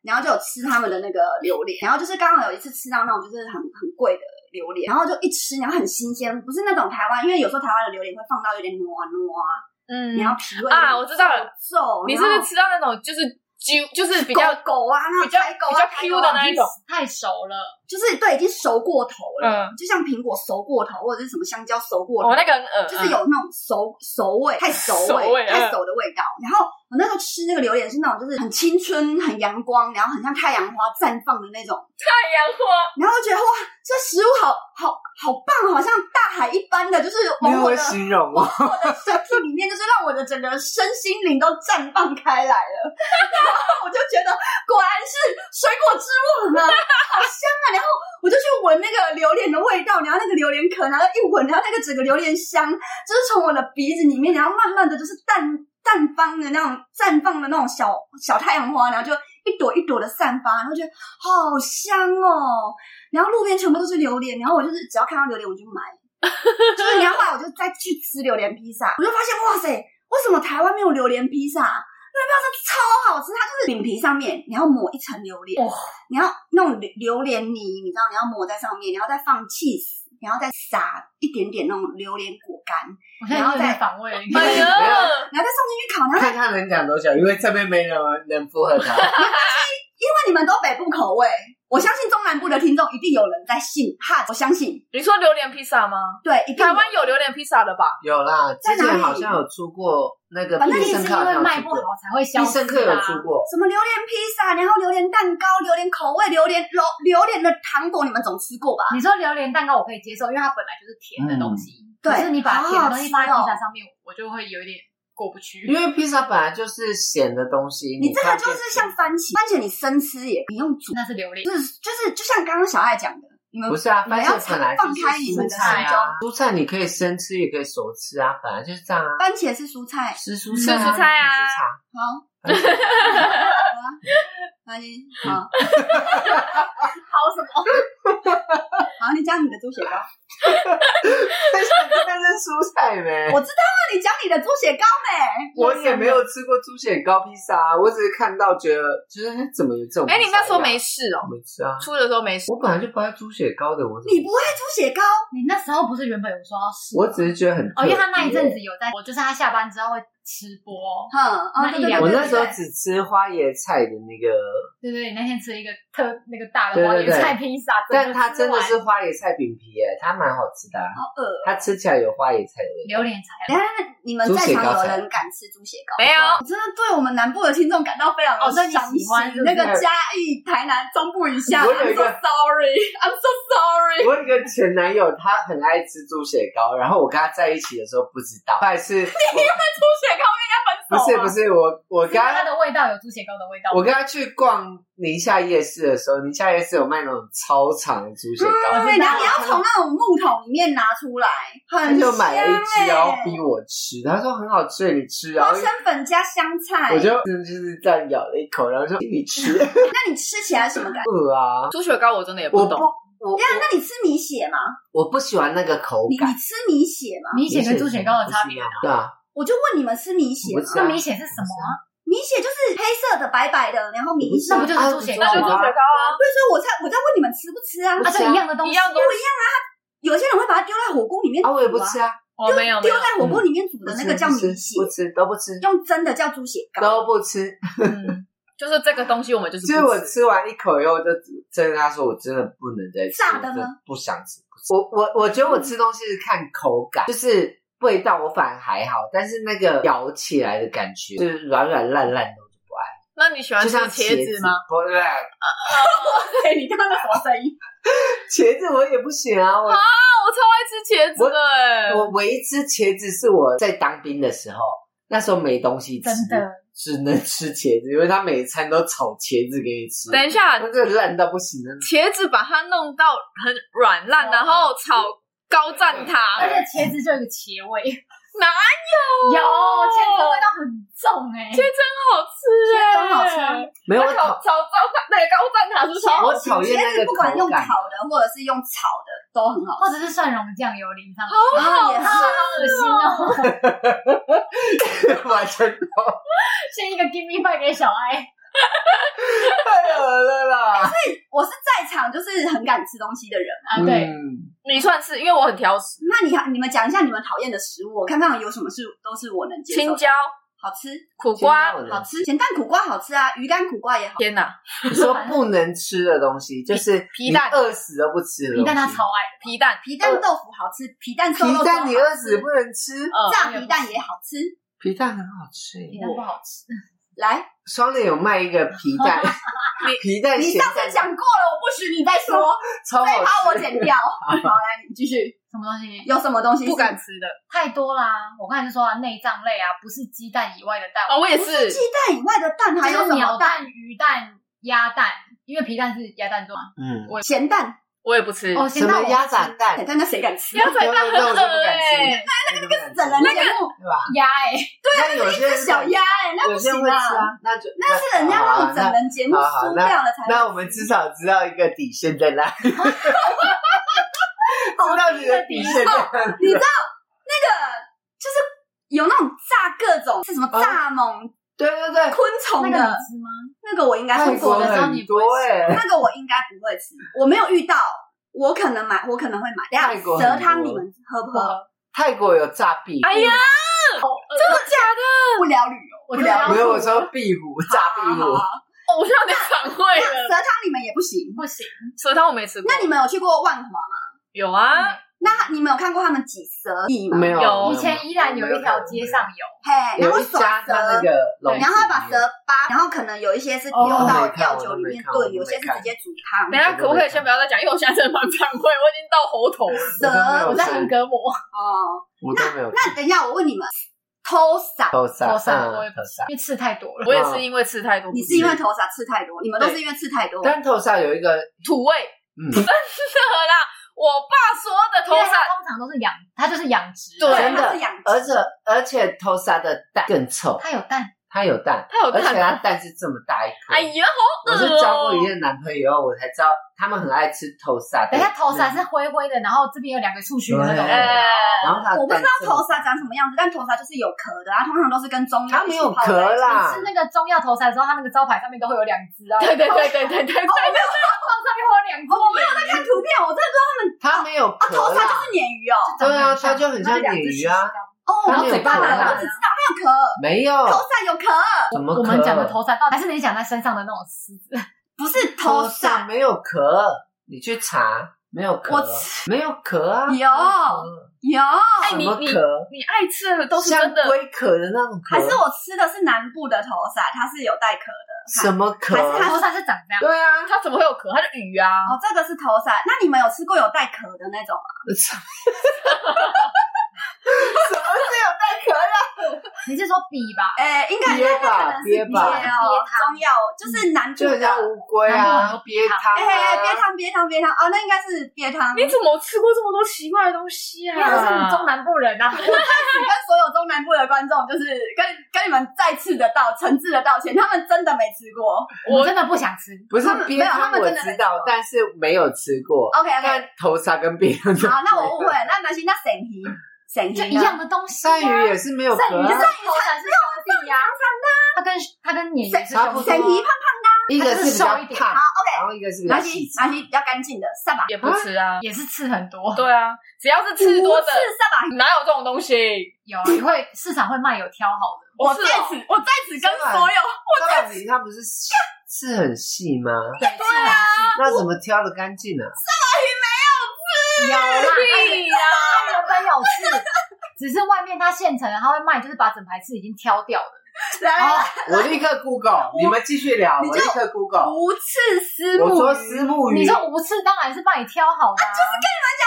[SPEAKER 2] 然后就有吃他们的那个榴莲。然后就是刚好有一次吃到那种就是很很贵的榴莲，然后就一吃，然后很新鲜，不是那种台湾，因为有时候台湾的榴莲会放到有点糯啊糯啊，
[SPEAKER 1] 嗯，
[SPEAKER 2] 然后皮味
[SPEAKER 1] 啊我知道了，
[SPEAKER 2] 皱，
[SPEAKER 1] 你是
[SPEAKER 2] 然
[SPEAKER 1] 不
[SPEAKER 2] 后
[SPEAKER 1] 是吃到那种就是揪，就是比较
[SPEAKER 2] 狗狗啊，那
[SPEAKER 1] 比较
[SPEAKER 2] 排狗
[SPEAKER 1] 比
[SPEAKER 2] 啊
[SPEAKER 1] 较
[SPEAKER 2] 排
[SPEAKER 1] Q
[SPEAKER 2] 狗
[SPEAKER 1] 的
[SPEAKER 2] 啊
[SPEAKER 1] 那一种？
[SPEAKER 4] 太熟了，
[SPEAKER 2] 就是对，已经熟过头了，
[SPEAKER 1] 嗯哦
[SPEAKER 2] 就像苹果熟过头，或者是什么香蕉熟过头，
[SPEAKER 1] 我那个很呃恶，
[SPEAKER 2] 就是有那种熟熟味，太熟味，
[SPEAKER 1] 熟味嗯
[SPEAKER 2] 太熟的味道。然后我那时候吃那个榴莲是那种就是很青春、很阳光，然后很像太阳花绽放的那种，
[SPEAKER 1] 太阳花，
[SPEAKER 2] 然后就觉得哇，这食物好好好棒，好像大海一般的，就是
[SPEAKER 3] 没
[SPEAKER 2] 往
[SPEAKER 3] 有
[SPEAKER 2] 我
[SPEAKER 3] 会
[SPEAKER 2] 的
[SPEAKER 3] 形容哦。
[SPEAKER 2] 我的身体里面，就是让我的整个身心灵都绽放开来了。 然后我就觉得，果然是水果之王啊，好香啊！然后我就去闻那个榴莲的味道，然后那个榴莲壳，然后一闻，然后那个整个榴莲香，就是从我的鼻子里面，然后慢慢的就是淡淡芳的那种绽放的那种小小太阳花，然后就一朵一朵的散发，然后觉得好香哦。然后路边全部都是榴莲，然后我就是只要看到榴莲我就买。就是然后后来我就再去吃榴莲披啊萨，我就发现哇塞，为什么台湾没有榴莲披萨？那个披萨超好吃，它就是饼皮上面你要抹一层榴莲，
[SPEAKER 4] 哇
[SPEAKER 2] 你要弄榴榴莲泥，你知道你要抹在上面，然后再放 cheese，然后再撒一点点那种榴莲果干，
[SPEAKER 4] 我现在有点反 胃了。你看
[SPEAKER 1] 哎呀，
[SPEAKER 2] 然后再送进去烤。然后
[SPEAKER 3] 看他能讲多久，因为这边没人能附和他。
[SPEAKER 2] 因为你们都北部口味，我相信中南部的听众一定有人在信哈，我相信
[SPEAKER 1] 你说榴莲披萨吗？
[SPEAKER 2] 对，一定
[SPEAKER 1] 台
[SPEAKER 2] 有。
[SPEAKER 1] 湾有榴莲披萨的吧？
[SPEAKER 3] 有啦，
[SPEAKER 2] 在
[SPEAKER 3] 之
[SPEAKER 2] 哪里
[SPEAKER 3] 前好像有出过那个
[SPEAKER 2] 反正
[SPEAKER 3] 必
[SPEAKER 2] 你
[SPEAKER 4] 也
[SPEAKER 3] 胜
[SPEAKER 4] 是
[SPEAKER 3] 客，好
[SPEAKER 4] 因为
[SPEAKER 3] 像有
[SPEAKER 4] 卖
[SPEAKER 3] 出
[SPEAKER 4] 不
[SPEAKER 3] 过，
[SPEAKER 4] 好才会消
[SPEAKER 3] 必
[SPEAKER 4] 失
[SPEAKER 3] 胜客有
[SPEAKER 4] 啊。
[SPEAKER 3] 出过，
[SPEAKER 2] 什么榴莲披萨，然后榴莲蛋糕、榴莲口味、榴莲榴榴莲的糖果，你们总吃过吧？
[SPEAKER 4] 你说榴莲蛋糕我可以接受，因为它本来就是甜的东西。
[SPEAKER 3] 嗯
[SPEAKER 2] 对
[SPEAKER 4] 可是你把甜的东西放在
[SPEAKER 2] 好好吃哦
[SPEAKER 4] 披萨上面，我就会有一点过不去。
[SPEAKER 3] 因为披萨本来就是咸的东西，
[SPEAKER 2] 你这
[SPEAKER 3] 看
[SPEAKER 2] 个就是像番茄，番茄你生吃也不用煮，
[SPEAKER 4] 那是榴莲，
[SPEAKER 2] 就是就是就像刚刚小爱讲的，你们
[SPEAKER 3] 不是啊？
[SPEAKER 2] 你
[SPEAKER 3] 番
[SPEAKER 2] 们要
[SPEAKER 3] 茄本来就是
[SPEAKER 2] 放开你们
[SPEAKER 3] 蔬
[SPEAKER 2] 的
[SPEAKER 3] 菜
[SPEAKER 2] 心中
[SPEAKER 3] 啊，蔬菜你可以生吃也可以熟吃啊，本来就是这样啊，
[SPEAKER 2] 番茄是蔬嗯菜，
[SPEAKER 3] 吃蔬菜啊，
[SPEAKER 1] 吃蔬菜啊
[SPEAKER 2] 好，
[SPEAKER 3] 你吃茶。
[SPEAKER 2] 番茄好，
[SPEAKER 4] 好什么？
[SPEAKER 2] 好，你你讲你的猪血糕，
[SPEAKER 3] 但是那是蔬菜没。
[SPEAKER 2] 我知道啊，你讲你的猪血糕没？
[SPEAKER 3] 我也没有吃过猪血糕披萨、啊，我只是看到觉得就是哎怎么有这种披萨
[SPEAKER 1] 哎、
[SPEAKER 3] 呀？
[SPEAKER 1] 你那时候没事哦、
[SPEAKER 3] 没吃啊？
[SPEAKER 1] 出的时候没事。
[SPEAKER 3] 我本来就不爱猪血糕的，我怎
[SPEAKER 2] 你不
[SPEAKER 3] 么
[SPEAKER 2] 爱猪血糕，
[SPEAKER 4] 你那时候不是原本有说要试吗？
[SPEAKER 3] 我只是觉得很
[SPEAKER 4] 哦，因为他那一阵
[SPEAKER 3] 子，
[SPEAKER 4] 子有在，我就是他下班之后会吃播，
[SPEAKER 2] 哼，哦，
[SPEAKER 4] 那
[SPEAKER 2] 对
[SPEAKER 4] 一
[SPEAKER 2] 对对
[SPEAKER 4] 两
[SPEAKER 3] 我
[SPEAKER 2] 对
[SPEAKER 3] 那时候
[SPEAKER 2] 对
[SPEAKER 3] 只吃花椰菜的那个，
[SPEAKER 4] 对对，你那天吃了一个特那个大
[SPEAKER 3] 对
[SPEAKER 4] 的花
[SPEAKER 3] 对
[SPEAKER 4] 椰
[SPEAKER 3] 对
[SPEAKER 4] 菜披萨，
[SPEAKER 3] 但它
[SPEAKER 4] 整
[SPEAKER 3] 真的
[SPEAKER 4] 啊个吃
[SPEAKER 3] 是花
[SPEAKER 4] 完
[SPEAKER 3] 椰菜饼皮耶，它蛮好吃的、啊，
[SPEAKER 2] 好饿哦。
[SPEAKER 3] 它吃起来有花椰菜的味道。
[SPEAKER 4] 榴莲才
[SPEAKER 2] 等一下，那你们在场有人敢吃猪血糕？
[SPEAKER 1] 没有，
[SPEAKER 2] 我真的对我们南部的听众感到非常的
[SPEAKER 4] 哦所以你
[SPEAKER 2] 伤
[SPEAKER 4] 喜欢
[SPEAKER 2] 心
[SPEAKER 4] 是不
[SPEAKER 2] 那
[SPEAKER 4] 是
[SPEAKER 2] 个嘉义、台南、中部以下
[SPEAKER 3] 我有
[SPEAKER 2] ，I'm
[SPEAKER 3] 一
[SPEAKER 2] so
[SPEAKER 3] 个
[SPEAKER 2] sorry，I'm so sorry。
[SPEAKER 3] 我有一个前男友，他很爱吃猪血糕，然后我跟他在一起的时候不知道，后来是
[SPEAKER 1] 猪血糕
[SPEAKER 3] 不
[SPEAKER 1] 跟人家分手
[SPEAKER 3] 是
[SPEAKER 1] 吗
[SPEAKER 3] 不是我我跟
[SPEAKER 4] 它
[SPEAKER 3] 他
[SPEAKER 4] 的味道有猪血糕的味道。
[SPEAKER 3] 我跟他去逛宁夏夜市的时候，宁夏夜市有卖那种超长的猪血
[SPEAKER 4] 嗯
[SPEAKER 3] 糕，
[SPEAKER 2] 对，然后你要从那种木桶里面拿出来，
[SPEAKER 3] 他
[SPEAKER 2] 很
[SPEAKER 3] 就
[SPEAKER 2] 香
[SPEAKER 3] 买了一哦只，然后
[SPEAKER 4] 欸
[SPEAKER 2] 哎
[SPEAKER 3] 逼我吃，他说很好吃，你吃，啊然
[SPEAKER 2] 花
[SPEAKER 3] 后
[SPEAKER 2] 生粉加香菜，
[SPEAKER 3] 我就就是这样咬了一口，然后说你 吃
[SPEAKER 2] 那你吃起来什么感觉？
[SPEAKER 3] 饿啊，
[SPEAKER 1] 猪血糕我真的也
[SPEAKER 3] 我不
[SPEAKER 1] 懂，
[SPEAKER 3] 我
[SPEAKER 2] 对啊，那你吃米血吗？
[SPEAKER 3] 我不喜欢那个口
[SPEAKER 2] 你你
[SPEAKER 3] 感，
[SPEAKER 2] 吃米血吗？
[SPEAKER 4] 米血跟猪血糕的差
[SPEAKER 3] 不是一
[SPEAKER 4] 别
[SPEAKER 3] 样，对啊，
[SPEAKER 2] 我就问你们吃米血吗
[SPEAKER 3] 我不？吃
[SPEAKER 4] 那
[SPEAKER 3] 啊
[SPEAKER 4] 米血是什么啊？
[SPEAKER 2] 米血就是黑色的、白白的，然后米血。
[SPEAKER 3] 啊
[SPEAKER 4] 那不就是猪血糕吗
[SPEAKER 1] 那就猪血糕啊。
[SPEAKER 2] 对，所以我才我在问你们吃不吃啊？
[SPEAKER 3] 不
[SPEAKER 4] 啊，
[SPEAKER 3] 是啊
[SPEAKER 4] 就一样的东西，
[SPEAKER 1] 一样东
[SPEAKER 4] 西。
[SPEAKER 2] 有些人会把它丢在火锅里面煮
[SPEAKER 3] 啊，我也不吃啊，
[SPEAKER 1] 我哦没有没
[SPEAKER 2] 丢
[SPEAKER 1] 有，
[SPEAKER 2] 在火锅里面煮的那个叫
[SPEAKER 3] 不
[SPEAKER 2] 米
[SPEAKER 3] 吃
[SPEAKER 2] 血，
[SPEAKER 3] 不吃都不吃
[SPEAKER 2] 用蒸的叫猪血
[SPEAKER 3] 都
[SPEAKER 2] 糕。
[SPEAKER 3] 不吃，
[SPEAKER 1] 嗯，就是这个东西我们就是
[SPEAKER 3] 所以
[SPEAKER 1] 不
[SPEAKER 3] 我
[SPEAKER 1] 吃。
[SPEAKER 3] 吃完一口以后，就真的跟他说，我真的不能再吃，
[SPEAKER 2] 炸的吗
[SPEAKER 3] 我真不想吃。不吃我我我觉得我吃东西是看口感，就是味道我反而还好，但是那个咬起来的感觉就是软软烂烂的，我就不爱。
[SPEAKER 1] 那你喜欢
[SPEAKER 3] 就
[SPEAKER 1] 吃
[SPEAKER 3] 像
[SPEAKER 1] 茄子
[SPEAKER 3] 子
[SPEAKER 1] 吗？？
[SPEAKER 3] 不是，
[SPEAKER 2] 对，你刚刚那什么声音？
[SPEAKER 3] 茄子我也不行啊。我
[SPEAKER 1] 啊，我超爱吃茄子的哎。
[SPEAKER 3] 我唯一吃茄子是我在当兵的时候，那时候没东西吃
[SPEAKER 4] 真，的，
[SPEAKER 3] 只能吃茄子，因为他每餐都炒茄子给你吃，
[SPEAKER 1] 等一下
[SPEAKER 3] 那，这烂到不行的。
[SPEAKER 1] 茄子把它弄到很软烂，
[SPEAKER 4] 哦
[SPEAKER 1] 然后炒高赞糖
[SPEAKER 4] 而，且茄子就有一个茄味，
[SPEAKER 1] 哪有？
[SPEAKER 4] 有茄子的味道很重哎。
[SPEAKER 1] 好吃哎，
[SPEAKER 2] 茄子很好吃啊
[SPEAKER 3] 没有
[SPEAKER 1] 它
[SPEAKER 3] 我
[SPEAKER 1] 炒
[SPEAKER 3] 讨
[SPEAKER 1] 炒高赞那个高赞糖是超好
[SPEAKER 3] 我
[SPEAKER 1] 吃，
[SPEAKER 3] 讨
[SPEAKER 2] 茄
[SPEAKER 3] 厌那
[SPEAKER 2] 子
[SPEAKER 3] 个
[SPEAKER 2] 不管
[SPEAKER 3] 口
[SPEAKER 2] 用
[SPEAKER 3] 感
[SPEAKER 2] 烤的或者是用炒的都很好
[SPEAKER 4] 或者是蒜蓉酱油淋上去，
[SPEAKER 2] 吃，然后也
[SPEAKER 4] 啊，好
[SPEAKER 2] 是
[SPEAKER 4] 恶心哦！
[SPEAKER 3] 完全
[SPEAKER 4] 先一个 give me five 给小爱，
[SPEAKER 3] 太恶了啦！
[SPEAKER 2] 我是在场就是很敢吃东西的人。
[SPEAKER 4] 啊对，
[SPEAKER 3] 嗯
[SPEAKER 1] 你算是，因为我很挑食，
[SPEAKER 2] 那你你们讲一下你们讨厌的食物，我看看有什么是都是我能接受
[SPEAKER 1] 青
[SPEAKER 2] 的。
[SPEAKER 1] 椒、
[SPEAKER 2] 好吃，
[SPEAKER 1] 苦瓜。
[SPEAKER 3] 青椒
[SPEAKER 2] 好吃，咸蛋苦瓜好吃啊，鱼干苦瓜也好。
[SPEAKER 1] 天哪，
[SPEAKER 3] 你说不能吃的东西，就是
[SPEAKER 1] 皮蛋
[SPEAKER 3] 你饿死都不吃的
[SPEAKER 4] 皮
[SPEAKER 3] 东西
[SPEAKER 4] 蛋啊他超爱，
[SPEAKER 1] 皮蛋，
[SPEAKER 2] 皮蛋豆腐好吃，皮蛋瘦肉粥
[SPEAKER 3] 皮蛋你
[SPEAKER 2] 好
[SPEAKER 3] 饿
[SPEAKER 2] 吃
[SPEAKER 3] 死不能吃，
[SPEAKER 1] 呃，
[SPEAKER 2] 炸皮蛋也好吃。
[SPEAKER 3] 皮蛋很好吃耶。
[SPEAKER 4] 皮蛋不好吃。
[SPEAKER 2] 来，
[SPEAKER 3] 双联有卖一个皮蛋 皮蛋
[SPEAKER 2] 你
[SPEAKER 3] 咸
[SPEAKER 2] 上
[SPEAKER 3] 蛋
[SPEAKER 2] 次讲过了，我不许你再说，
[SPEAKER 3] 超
[SPEAKER 2] 这一趴
[SPEAKER 3] 好
[SPEAKER 2] 我
[SPEAKER 3] 吃，
[SPEAKER 2] 剪掉。好，来你继续，
[SPEAKER 4] 什么东西
[SPEAKER 2] 有什么东西是
[SPEAKER 1] 不敢吃的。
[SPEAKER 4] 太多啦？我刚才就说了，内脏类啊，不是鸡蛋以外的蛋，
[SPEAKER 1] 哦，我也
[SPEAKER 2] 不是
[SPEAKER 1] 是
[SPEAKER 2] 鸡。蛋以外的蛋，还有
[SPEAKER 4] 就
[SPEAKER 2] 什
[SPEAKER 4] 是
[SPEAKER 2] 么
[SPEAKER 4] 鸟
[SPEAKER 2] 蛋？
[SPEAKER 4] 蛋、鱼蛋、鸭蛋，因为皮蛋是鸭蛋做嘛。
[SPEAKER 3] 嗯，
[SPEAKER 2] 咸蛋，
[SPEAKER 1] 我也不吃。
[SPEAKER 4] 哦，
[SPEAKER 3] 什
[SPEAKER 4] 咸蛋
[SPEAKER 3] 么
[SPEAKER 4] 我
[SPEAKER 3] 鸭掌蛋
[SPEAKER 2] 哎，但那谁敢吃？
[SPEAKER 1] 鸭仔蛋
[SPEAKER 3] 那
[SPEAKER 1] 很
[SPEAKER 3] 我就不
[SPEAKER 1] 恶
[SPEAKER 3] 敢吃，
[SPEAKER 1] 哎，
[SPEAKER 3] 那个那
[SPEAKER 2] 整人
[SPEAKER 3] 对
[SPEAKER 2] 节目，
[SPEAKER 3] 吧？
[SPEAKER 4] 鸭哎，
[SPEAKER 3] 啊那有些
[SPEAKER 2] 这
[SPEAKER 3] 人
[SPEAKER 2] 小鸭哎，那
[SPEAKER 3] 有
[SPEAKER 2] 不
[SPEAKER 3] 些
[SPEAKER 2] 行
[SPEAKER 3] 人会吃
[SPEAKER 2] 啊，
[SPEAKER 3] 啊，那就
[SPEAKER 2] 那是人家那种整。人节目
[SPEAKER 3] 好好
[SPEAKER 2] 输
[SPEAKER 3] 那
[SPEAKER 2] 掉了才。
[SPEAKER 3] 那我们至少知道一个底线在哪里，知道你的底线在哪里。
[SPEAKER 2] 你知道那个就是有那种炸各种是什么
[SPEAKER 3] 哦
[SPEAKER 2] 蚱蜢、
[SPEAKER 3] 对 对对，
[SPEAKER 2] 昆
[SPEAKER 4] 那个
[SPEAKER 2] 虫
[SPEAKER 4] 你
[SPEAKER 2] 的
[SPEAKER 4] 吃吗？
[SPEAKER 2] 那个，我应该
[SPEAKER 3] 泰
[SPEAKER 2] 会
[SPEAKER 3] 国
[SPEAKER 4] 国
[SPEAKER 2] 做
[SPEAKER 4] 的
[SPEAKER 2] 的，
[SPEAKER 4] 时候
[SPEAKER 3] 很
[SPEAKER 4] 你
[SPEAKER 3] 多
[SPEAKER 4] 不会吃
[SPEAKER 3] 哎、
[SPEAKER 2] 那个我应该不会吃，我没有遇到，我可能买，我可能会买。等
[SPEAKER 3] 泰国
[SPEAKER 2] 一下
[SPEAKER 3] 很多哦
[SPEAKER 2] 蛇汤你们喝不喝？
[SPEAKER 3] 泰国有炸壁虎，
[SPEAKER 1] 哎呀，
[SPEAKER 2] 真的假的？不聊旅游，
[SPEAKER 4] 我
[SPEAKER 2] 不
[SPEAKER 4] 知道
[SPEAKER 2] 聊
[SPEAKER 3] 没
[SPEAKER 2] 旅
[SPEAKER 3] 有
[SPEAKER 2] 游。
[SPEAKER 3] 我说壁虎炸
[SPEAKER 2] 好
[SPEAKER 3] 壁
[SPEAKER 2] 好
[SPEAKER 3] 虎，
[SPEAKER 2] 好
[SPEAKER 1] 哦我需要点肠胃
[SPEAKER 2] 那
[SPEAKER 1] 了。
[SPEAKER 2] 蛇汤你们也不行。
[SPEAKER 4] 不行，
[SPEAKER 1] 蛇汤我没吃过。
[SPEAKER 2] 那你们有去过万华吗？
[SPEAKER 1] 有啊？
[SPEAKER 2] 那你们有看过他们挤蛇翼吗？
[SPEAKER 3] 没有
[SPEAKER 1] 有
[SPEAKER 4] 以前宜兰有一条街上有，
[SPEAKER 2] 嘿，然
[SPEAKER 3] 有
[SPEAKER 2] 后
[SPEAKER 3] 一
[SPEAKER 2] 耍
[SPEAKER 3] 家
[SPEAKER 2] 蛇，
[SPEAKER 3] 它那个笼子
[SPEAKER 2] 然后他把
[SPEAKER 3] 里
[SPEAKER 2] 蛇
[SPEAKER 3] 面
[SPEAKER 2] 扒，然后可能有一些是丢到
[SPEAKER 3] 我
[SPEAKER 4] 哦
[SPEAKER 3] 没看
[SPEAKER 2] 料
[SPEAKER 3] 我
[SPEAKER 2] 酒
[SPEAKER 3] 都
[SPEAKER 2] 里
[SPEAKER 3] 没
[SPEAKER 2] 面
[SPEAKER 3] 看我
[SPEAKER 2] 炖，
[SPEAKER 3] 都
[SPEAKER 2] 有
[SPEAKER 3] 没
[SPEAKER 2] 些是
[SPEAKER 3] 看
[SPEAKER 2] 直接煮汤。
[SPEAKER 1] 等一下可不可以先不要再讲？因为我现在真的蛮反胃，我已经到喉头了。
[SPEAKER 3] 我都没有
[SPEAKER 2] 蛇
[SPEAKER 4] 我在横膈膜，
[SPEAKER 2] 哦，
[SPEAKER 3] 我都没有
[SPEAKER 2] 那等一下我问你们，偷傻，
[SPEAKER 3] 头沙
[SPEAKER 4] 头沙
[SPEAKER 3] 嗯
[SPEAKER 4] 我也
[SPEAKER 3] 头
[SPEAKER 4] 不
[SPEAKER 3] 沙
[SPEAKER 4] 因为吃太多了。
[SPEAKER 1] 我也是因为吃太多，
[SPEAKER 2] 你是因为头傻吃太多，你们都是因为吃太多。
[SPEAKER 3] 但头沙有一个，
[SPEAKER 1] 土 味
[SPEAKER 3] 嗯，
[SPEAKER 1] 适合啦。我爸说的
[SPEAKER 4] 因
[SPEAKER 1] 头
[SPEAKER 4] 为
[SPEAKER 1] 上
[SPEAKER 4] 它通常都是养，它就是养殖。
[SPEAKER 1] 对
[SPEAKER 2] 对，
[SPEAKER 3] 真的
[SPEAKER 2] 它是养殖
[SPEAKER 3] 而且而且头沙的蛋更臭，
[SPEAKER 4] 它有蛋，
[SPEAKER 3] 它有蛋，
[SPEAKER 1] 它有
[SPEAKER 3] 而且它
[SPEAKER 1] 蛋，
[SPEAKER 3] 蛋是这么大一颗。
[SPEAKER 1] 哎呀，好恶
[SPEAKER 3] 我是
[SPEAKER 1] 哦、
[SPEAKER 3] 交过一任男朋友以后，我才知道他们很爱吃头沙。
[SPEAKER 4] 等一下头伞是灰灰的，然后这边有两个触须的那种。
[SPEAKER 3] 对
[SPEAKER 1] 哎
[SPEAKER 3] 然后它
[SPEAKER 2] 我不
[SPEAKER 3] 的蛋
[SPEAKER 2] 知道头沙长什么样子，但头沙就是有壳的，它啊通常都是跟中药
[SPEAKER 3] 它没有壳啊
[SPEAKER 2] 了。
[SPEAKER 3] 啦
[SPEAKER 4] 是，那个中药头伞的时候，它那个招牌上面都会有两只啊。
[SPEAKER 1] 对对对对对对对，
[SPEAKER 4] 放上面会有两只。
[SPEAKER 2] 我没有在看图片，我真的
[SPEAKER 3] 它没有
[SPEAKER 2] 啊，头
[SPEAKER 3] 壳
[SPEAKER 2] 沙就
[SPEAKER 3] 啦，
[SPEAKER 2] 是鲶鱼哦。
[SPEAKER 3] 对啊它就很像
[SPEAKER 4] 那两只
[SPEAKER 3] 鲫鱼啊
[SPEAKER 4] 须须这样。
[SPEAKER 2] 哦，
[SPEAKER 3] 它
[SPEAKER 4] 然
[SPEAKER 2] 我
[SPEAKER 4] 后
[SPEAKER 3] 没有
[SPEAKER 4] 嘴巴
[SPEAKER 3] 壳啊哦
[SPEAKER 4] 打
[SPEAKER 3] 啦
[SPEAKER 4] 烂
[SPEAKER 2] 我只知道它有壳，
[SPEAKER 3] 没有
[SPEAKER 2] 头沙有壳，
[SPEAKER 3] 什么壳，
[SPEAKER 4] 我们讲的头伞，到底还是你讲在身上的那种狮子？
[SPEAKER 2] 不是头
[SPEAKER 3] 头
[SPEAKER 2] 沙
[SPEAKER 3] 上。没有壳，你去查没有壳
[SPEAKER 2] 我，
[SPEAKER 3] 没有壳啊，
[SPEAKER 2] 有有，
[SPEAKER 1] 哎
[SPEAKER 3] 什
[SPEAKER 1] 你
[SPEAKER 3] 么
[SPEAKER 1] 你
[SPEAKER 3] 壳？
[SPEAKER 1] 你爱吃的都是
[SPEAKER 3] 像
[SPEAKER 1] 真的，
[SPEAKER 3] 龟壳的那种壳，
[SPEAKER 2] 还是我吃的是南部的头沙，它是有带壳的。
[SPEAKER 3] 什么壳？
[SPEAKER 2] 还是它
[SPEAKER 4] 头伞是长这样，
[SPEAKER 3] 对 啊，
[SPEAKER 1] 它怎么会有壳？它是鱼啊，
[SPEAKER 2] 哦，这个是头沙，那你们有吃过有带壳的那种吗？
[SPEAKER 4] 你是说笔吧？
[SPEAKER 2] 哎，应该应
[SPEAKER 3] 鳖
[SPEAKER 2] 该
[SPEAKER 3] 吧
[SPEAKER 2] 可能是
[SPEAKER 3] 鳖吧
[SPEAKER 2] 哦，中药就是南部
[SPEAKER 3] 就很像
[SPEAKER 2] 的。
[SPEAKER 3] 乌龟
[SPEAKER 4] 南部很
[SPEAKER 3] 啊
[SPEAKER 4] 多，
[SPEAKER 3] 鳖汤
[SPEAKER 2] 哎哎哎，
[SPEAKER 3] 啊，
[SPEAKER 2] 鳖汤鳖汤鳖汤，哦，那应该是鳖汤。
[SPEAKER 1] 你怎么吃过这么多奇怪的东西啊？
[SPEAKER 4] 因为这是我们中南部人啊。
[SPEAKER 2] 跟所有中南部的观众，就是跟跟你们再次的道诚挚的道歉，他们真的没吃过。
[SPEAKER 4] 我真的不想吃。
[SPEAKER 3] 不是
[SPEAKER 2] 他们
[SPEAKER 3] 鳖
[SPEAKER 2] 没有他
[SPEAKER 3] 汤
[SPEAKER 2] 们
[SPEAKER 3] 我
[SPEAKER 2] 真的没
[SPEAKER 3] 知
[SPEAKER 2] 吃过
[SPEAKER 3] 道，但是没有吃过。
[SPEAKER 2] OK OK，
[SPEAKER 1] 哎
[SPEAKER 3] 但头沙跟鳖汤，
[SPEAKER 2] 好，那我误会了，那没关系，那沈皮沈皮
[SPEAKER 4] 就
[SPEAKER 2] 呢
[SPEAKER 4] 一样，的东西、啊。
[SPEAKER 3] 鳝鱼也是没有壳
[SPEAKER 4] 鳝鱼
[SPEAKER 3] 啊，
[SPEAKER 4] 鳝鱼才是兄弟呀、它跟它跟鲶鱼是
[SPEAKER 3] 差不
[SPEAKER 4] 兄
[SPEAKER 2] 沈
[SPEAKER 3] 多
[SPEAKER 4] 弟。
[SPEAKER 2] 皮胖
[SPEAKER 3] 一个
[SPEAKER 4] 它就是
[SPEAKER 3] 比
[SPEAKER 4] 瘦一
[SPEAKER 3] 较
[SPEAKER 4] 点
[SPEAKER 3] 胖
[SPEAKER 2] 好，，OK，
[SPEAKER 3] 然后一个是
[SPEAKER 2] 没
[SPEAKER 3] 比
[SPEAKER 2] 关
[SPEAKER 3] 较
[SPEAKER 2] 系
[SPEAKER 3] 细
[SPEAKER 2] 没关系，比较干净的萨巴，
[SPEAKER 1] 也不吃啊，
[SPEAKER 4] 也是吃很多，
[SPEAKER 1] 对啊，只要是吃多的
[SPEAKER 2] 是，萨巴。
[SPEAKER 1] 哪有这种东西？
[SPEAKER 4] 有你会市场会卖有挑好的，
[SPEAKER 2] 我
[SPEAKER 1] 是
[SPEAKER 2] 在
[SPEAKER 1] 哦
[SPEAKER 2] 此我在此跟所有
[SPEAKER 3] 萨瓦迪它不是细是很细吗？
[SPEAKER 4] 对啊，
[SPEAKER 3] 那怎么挑的干净呢？
[SPEAKER 4] 有啦，
[SPEAKER 1] 屁呀！
[SPEAKER 4] 它原本有吃，只是外面它现成的，它会卖，就是把整排刺已经挑掉了。
[SPEAKER 1] 啊
[SPEAKER 2] 来
[SPEAKER 3] 我立刻 Google，你们继续聊，
[SPEAKER 2] 你
[SPEAKER 3] 我
[SPEAKER 2] 就
[SPEAKER 3] 立刻 Google。
[SPEAKER 2] 无刺丝
[SPEAKER 3] 我
[SPEAKER 2] 木
[SPEAKER 3] 说
[SPEAKER 2] 鱼，
[SPEAKER 3] 石目
[SPEAKER 4] 你
[SPEAKER 3] 鱼，
[SPEAKER 4] 说无刺当然是帮你挑好的、啊，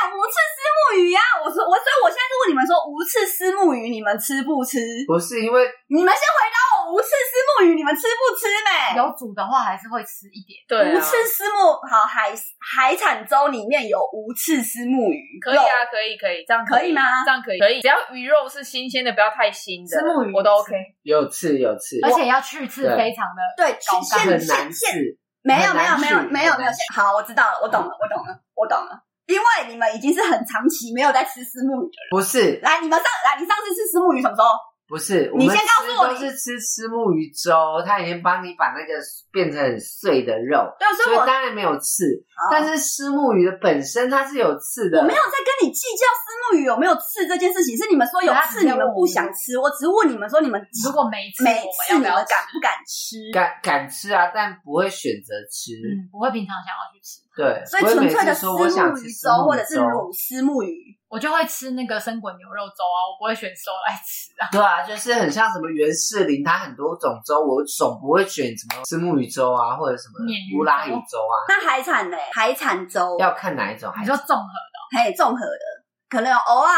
[SPEAKER 2] 讲无刺丝木鱼呀、我说我，所以我现在就问你们说无刺丝木鱼你们吃不吃？
[SPEAKER 3] 不是因为
[SPEAKER 2] 你们先回答我无刺丝木鱼你们吃不吃没？
[SPEAKER 4] 有煮的话还是会吃一点。
[SPEAKER 1] 对
[SPEAKER 2] 无
[SPEAKER 1] 啊，
[SPEAKER 2] 刺丝木好海海产粥里面有无刺丝木鱼，
[SPEAKER 1] 可以
[SPEAKER 2] 肉
[SPEAKER 1] 啊，可以可以，这样
[SPEAKER 2] 可以吗？
[SPEAKER 1] 这样可以可以，只要鱼肉是新鲜的，不要太腥的，
[SPEAKER 4] 吃木鱼
[SPEAKER 1] 我都 OK。
[SPEAKER 3] 有刺有刺，
[SPEAKER 2] 呃
[SPEAKER 4] 而且要去刺，非常的
[SPEAKER 2] 对，
[SPEAKER 4] 搞
[SPEAKER 2] 现
[SPEAKER 4] 干
[SPEAKER 2] 现
[SPEAKER 3] 很
[SPEAKER 2] 现
[SPEAKER 3] 难
[SPEAKER 2] 现
[SPEAKER 3] 刺。
[SPEAKER 2] 没有
[SPEAKER 3] 很
[SPEAKER 2] 没有
[SPEAKER 3] 难
[SPEAKER 2] 没有
[SPEAKER 3] 去
[SPEAKER 2] 没有
[SPEAKER 3] 很
[SPEAKER 2] 没有
[SPEAKER 3] 难
[SPEAKER 2] 现好，我知道了，我懂了，我懂了，我懂了。因为你们已经是很长期没有在吃丝木鱼了。
[SPEAKER 3] 不是
[SPEAKER 2] 来，你们上来，你上次吃丝木鱼什么时候？
[SPEAKER 3] 不是，
[SPEAKER 2] 你
[SPEAKER 3] 们
[SPEAKER 2] 先告诉我
[SPEAKER 3] 吃
[SPEAKER 2] 你
[SPEAKER 3] 都是吃石目鱼粥，它已经帮你把那个变成很碎的肉，
[SPEAKER 2] 对，啊所
[SPEAKER 3] 所
[SPEAKER 2] 以我
[SPEAKER 3] 以当然没有刺。
[SPEAKER 2] 好
[SPEAKER 3] 但是石目鱼的本身它是有刺的，
[SPEAKER 2] 哦我没有在跟你计较丝木鱼有没有刺这件事情，是你们说有
[SPEAKER 4] 啊
[SPEAKER 2] 刺，
[SPEAKER 4] 你
[SPEAKER 2] 你
[SPEAKER 4] 在
[SPEAKER 2] 们
[SPEAKER 4] 问
[SPEAKER 2] 不
[SPEAKER 4] 我
[SPEAKER 2] 想吃，我只问你们说你们
[SPEAKER 4] 如果没刺，
[SPEAKER 2] 每
[SPEAKER 4] 我
[SPEAKER 2] 次
[SPEAKER 4] 们
[SPEAKER 2] 你
[SPEAKER 4] 要不要
[SPEAKER 2] 们
[SPEAKER 4] 吃？
[SPEAKER 2] 敢不敢吃？
[SPEAKER 3] 敢敢吃啊，但不会选择吃。
[SPEAKER 4] 嗯，不会平常想要去吃，
[SPEAKER 3] 对，
[SPEAKER 2] 所以
[SPEAKER 3] 不会
[SPEAKER 2] 纯
[SPEAKER 3] 每
[SPEAKER 2] 粹的
[SPEAKER 3] 次
[SPEAKER 2] 丝
[SPEAKER 3] 说我想
[SPEAKER 2] 木
[SPEAKER 3] 吃
[SPEAKER 2] 鱼
[SPEAKER 3] 石
[SPEAKER 2] 粥
[SPEAKER 3] 目鱼
[SPEAKER 2] 或者是卤丝木鱼，
[SPEAKER 4] 我就会吃那个生滚牛肉粥啊，我不会选熟来吃啊。
[SPEAKER 3] 对啊，就是很像什么袁世林，他很多种粥，我总不会选什么石目鱼粥啊，或者什么
[SPEAKER 4] 鲶鱼
[SPEAKER 3] 乌拉鱼
[SPEAKER 4] 粥
[SPEAKER 3] 粥啊，
[SPEAKER 2] 那海产呢？海产粥，
[SPEAKER 3] 要看哪一种。
[SPEAKER 4] 你说综合的
[SPEAKER 2] 嘿，综合的，可能有藕啊、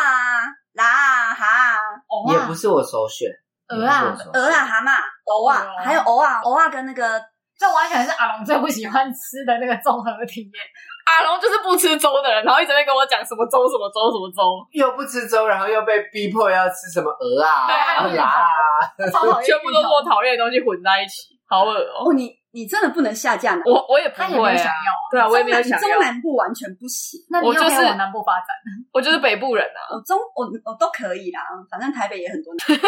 [SPEAKER 2] 啦啊、蛤啊、
[SPEAKER 4] 藕
[SPEAKER 3] 也
[SPEAKER 4] 啊
[SPEAKER 3] 不，是我首选，
[SPEAKER 4] 鹅啊，
[SPEAKER 2] 鹅啊、，蛤蟆、藕啊，
[SPEAKER 4] 哦
[SPEAKER 2] 还有藕啊、藕啊跟那个
[SPEAKER 1] 哦
[SPEAKER 4] 这完全是阿龙最不喜欢吃的那个综合体验。
[SPEAKER 1] 阿龙就是不吃粥的人，然后一直在跟我讲什么粥什么粥什么粥，
[SPEAKER 3] 又不吃粥，然后又被逼迫要吃什么鹅啊、
[SPEAKER 1] 对还
[SPEAKER 4] 有
[SPEAKER 3] 鹅啊，
[SPEAKER 4] 超讨厌芋头
[SPEAKER 1] 全部都是我讨厌的东西混在一起，好恶哦、
[SPEAKER 2] 哦，你你真的不能下架南，
[SPEAKER 1] 我我也不
[SPEAKER 4] 他也没
[SPEAKER 1] 会
[SPEAKER 4] 有想
[SPEAKER 1] 啊，
[SPEAKER 4] 要啊。
[SPEAKER 1] 对啊，我也没有
[SPEAKER 2] 中
[SPEAKER 1] 想
[SPEAKER 2] 南
[SPEAKER 1] 要
[SPEAKER 2] 中，南部完全不行，
[SPEAKER 4] 那你
[SPEAKER 1] 我
[SPEAKER 4] 又
[SPEAKER 1] 就
[SPEAKER 4] 可以
[SPEAKER 1] 是
[SPEAKER 4] 往南部发展，
[SPEAKER 1] 我就是北部人啊，
[SPEAKER 2] 我中我我都可以啦，反正台北也很多南。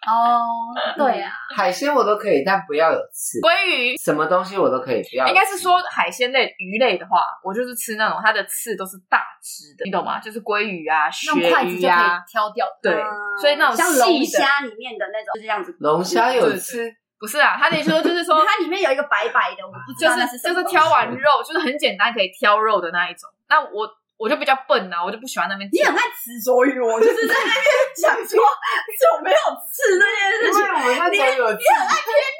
[SPEAKER 4] 哦，对啊，
[SPEAKER 3] 海鲜我都可以，但不要有刺。
[SPEAKER 1] 鲑鱼。
[SPEAKER 3] 什么东西我都可以，不要有刺
[SPEAKER 1] 应该是说海鲜类、鱼类的话，我就是吃那种它的刺都是大只的，你懂吗？就是鲑鱼啊、
[SPEAKER 3] 嗯
[SPEAKER 1] 鳕
[SPEAKER 4] 用筷子
[SPEAKER 1] 鱼
[SPEAKER 4] 就可以
[SPEAKER 1] 啊，
[SPEAKER 4] 挑掉的。
[SPEAKER 1] 对，
[SPEAKER 2] 嗯
[SPEAKER 1] 所以那种
[SPEAKER 2] 像
[SPEAKER 1] 细的
[SPEAKER 2] 龙虾里面的那种，就是这样子。
[SPEAKER 3] 龙虾有
[SPEAKER 1] 对
[SPEAKER 3] 刺，
[SPEAKER 1] 不是啊，他的意思说就是说，
[SPEAKER 2] 它里面有一个白白的，我不知
[SPEAKER 1] 就
[SPEAKER 2] 道那
[SPEAKER 1] 是
[SPEAKER 2] 是什
[SPEAKER 1] 就
[SPEAKER 2] 么
[SPEAKER 1] 是挑完肉，就是很简单可以挑肉的那一种。那我我就比较笨啊，我就不喜欢那边
[SPEAKER 2] 你
[SPEAKER 1] 挑。
[SPEAKER 2] 很爱执着于我， 就是在那边讲说就没有刺这件
[SPEAKER 3] 因
[SPEAKER 2] 事情，
[SPEAKER 3] 为我们在讲有刺，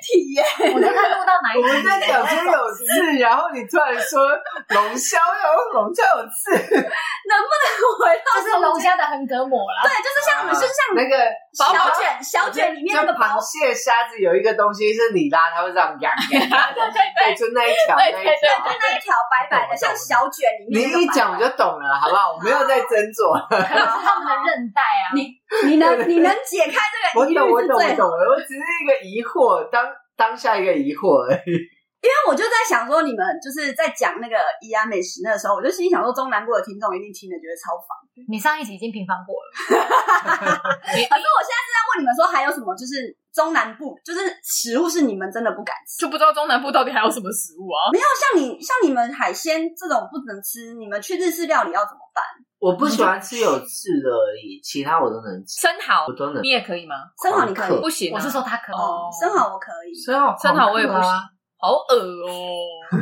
[SPEAKER 2] 体验
[SPEAKER 4] 我就看录到哪一
[SPEAKER 3] 我们在
[SPEAKER 4] 集，
[SPEAKER 3] 讲说有刺，然后你突然说龙虾有龙虾有刺，
[SPEAKER 2] 能不能回到
[SPEAKER 4] 就是龙虾的横膈膜啦
[SPEAKER 2] 对，。就是像
[SPEAKER 1] 啊
[SPEAKER 2] 我们，就像
[SPEAKER 3] 那个
[SPEAKER 2] 小卷小卷里面那个
[SPEAKER 3] 就
[SPEAKER 2] 包
[SPEAKER 3] 螃蟹虾子有一个东西是你拉，它会这样痒痒 痒，
[SPEAKER 1] 对对
[SPEAKER 3] 对，就那一条
[SPEAKER 1] 对对
[SPEAKER 3] 那一
[SPEAKER 1] 对
[SPEAKER 3] 条
[SPEAKER 2] 对，。那一条白白的，像小卷里
[SPEAKER 3] 你
[SPEAKER 2] 面那个白白。
[SPEAKER 3] 一讲我就懂重了，好不好？我没有在斟酌，
[SPEAKER 4] 可能 是他们的韧带啊。
[SPEAKER 2] 你你能你能解开这
[SPEAKER 3] 我
[SPEAKER 2] 个疑
[SPEAKER 3] 懂，
[SPEAKER 2] 虑
[SPEAKER 3] 我
[SPEAKER 2] 是
[SPEAKER 3] 懂，我
[SPEAKER 2] 最
[SPEAKER 3] 懂，我只是一个疑惑，当当下一个疑惑而已。
[SPEAKER 2] 因为我就在想说，你们就是在讲那个宜安美食那个时候，我就心里想说，中南部的听众一定听了觉得超烦。
[SPEAKER 4] 你上一集已经平反过了，
[SPEAKER 2] 可是我现在是在问你们说，还有什么就是中南部就是食物是你们真的不敢吃？
[SPEAKER 1] 就不知道中南部到底还有什么食物啊？
[SPEAKER 2] 没有像你像你们海鲜这种不能吃，你们去日式料理要怎么办？
[SPEAKER 3] 我不喜欢吃有刺的而已，其他我都能吃，
[SPEAKER 1] 生蚝
[SPEAKER 3] 我都能
[SPEAKER 1] 你。也可以吗？
[SPEAKER 2] 生蚝你可以
[SPEAKER 1] 不，行、啊，
[SPEAKER 4] 我是说他可
[SPEAKER 1] 哦
[SPEAKER 2] 哦，生蚝我可以，
[SPEAKER 3] 生蚝，
[SPEAKER 1] 生蚝我也不
[SPEAKER 3] 狂
[SPEAKER 1] 行
[SPEAKER 3] 嗑啊，
[SPEAKER 1] 好恶哦、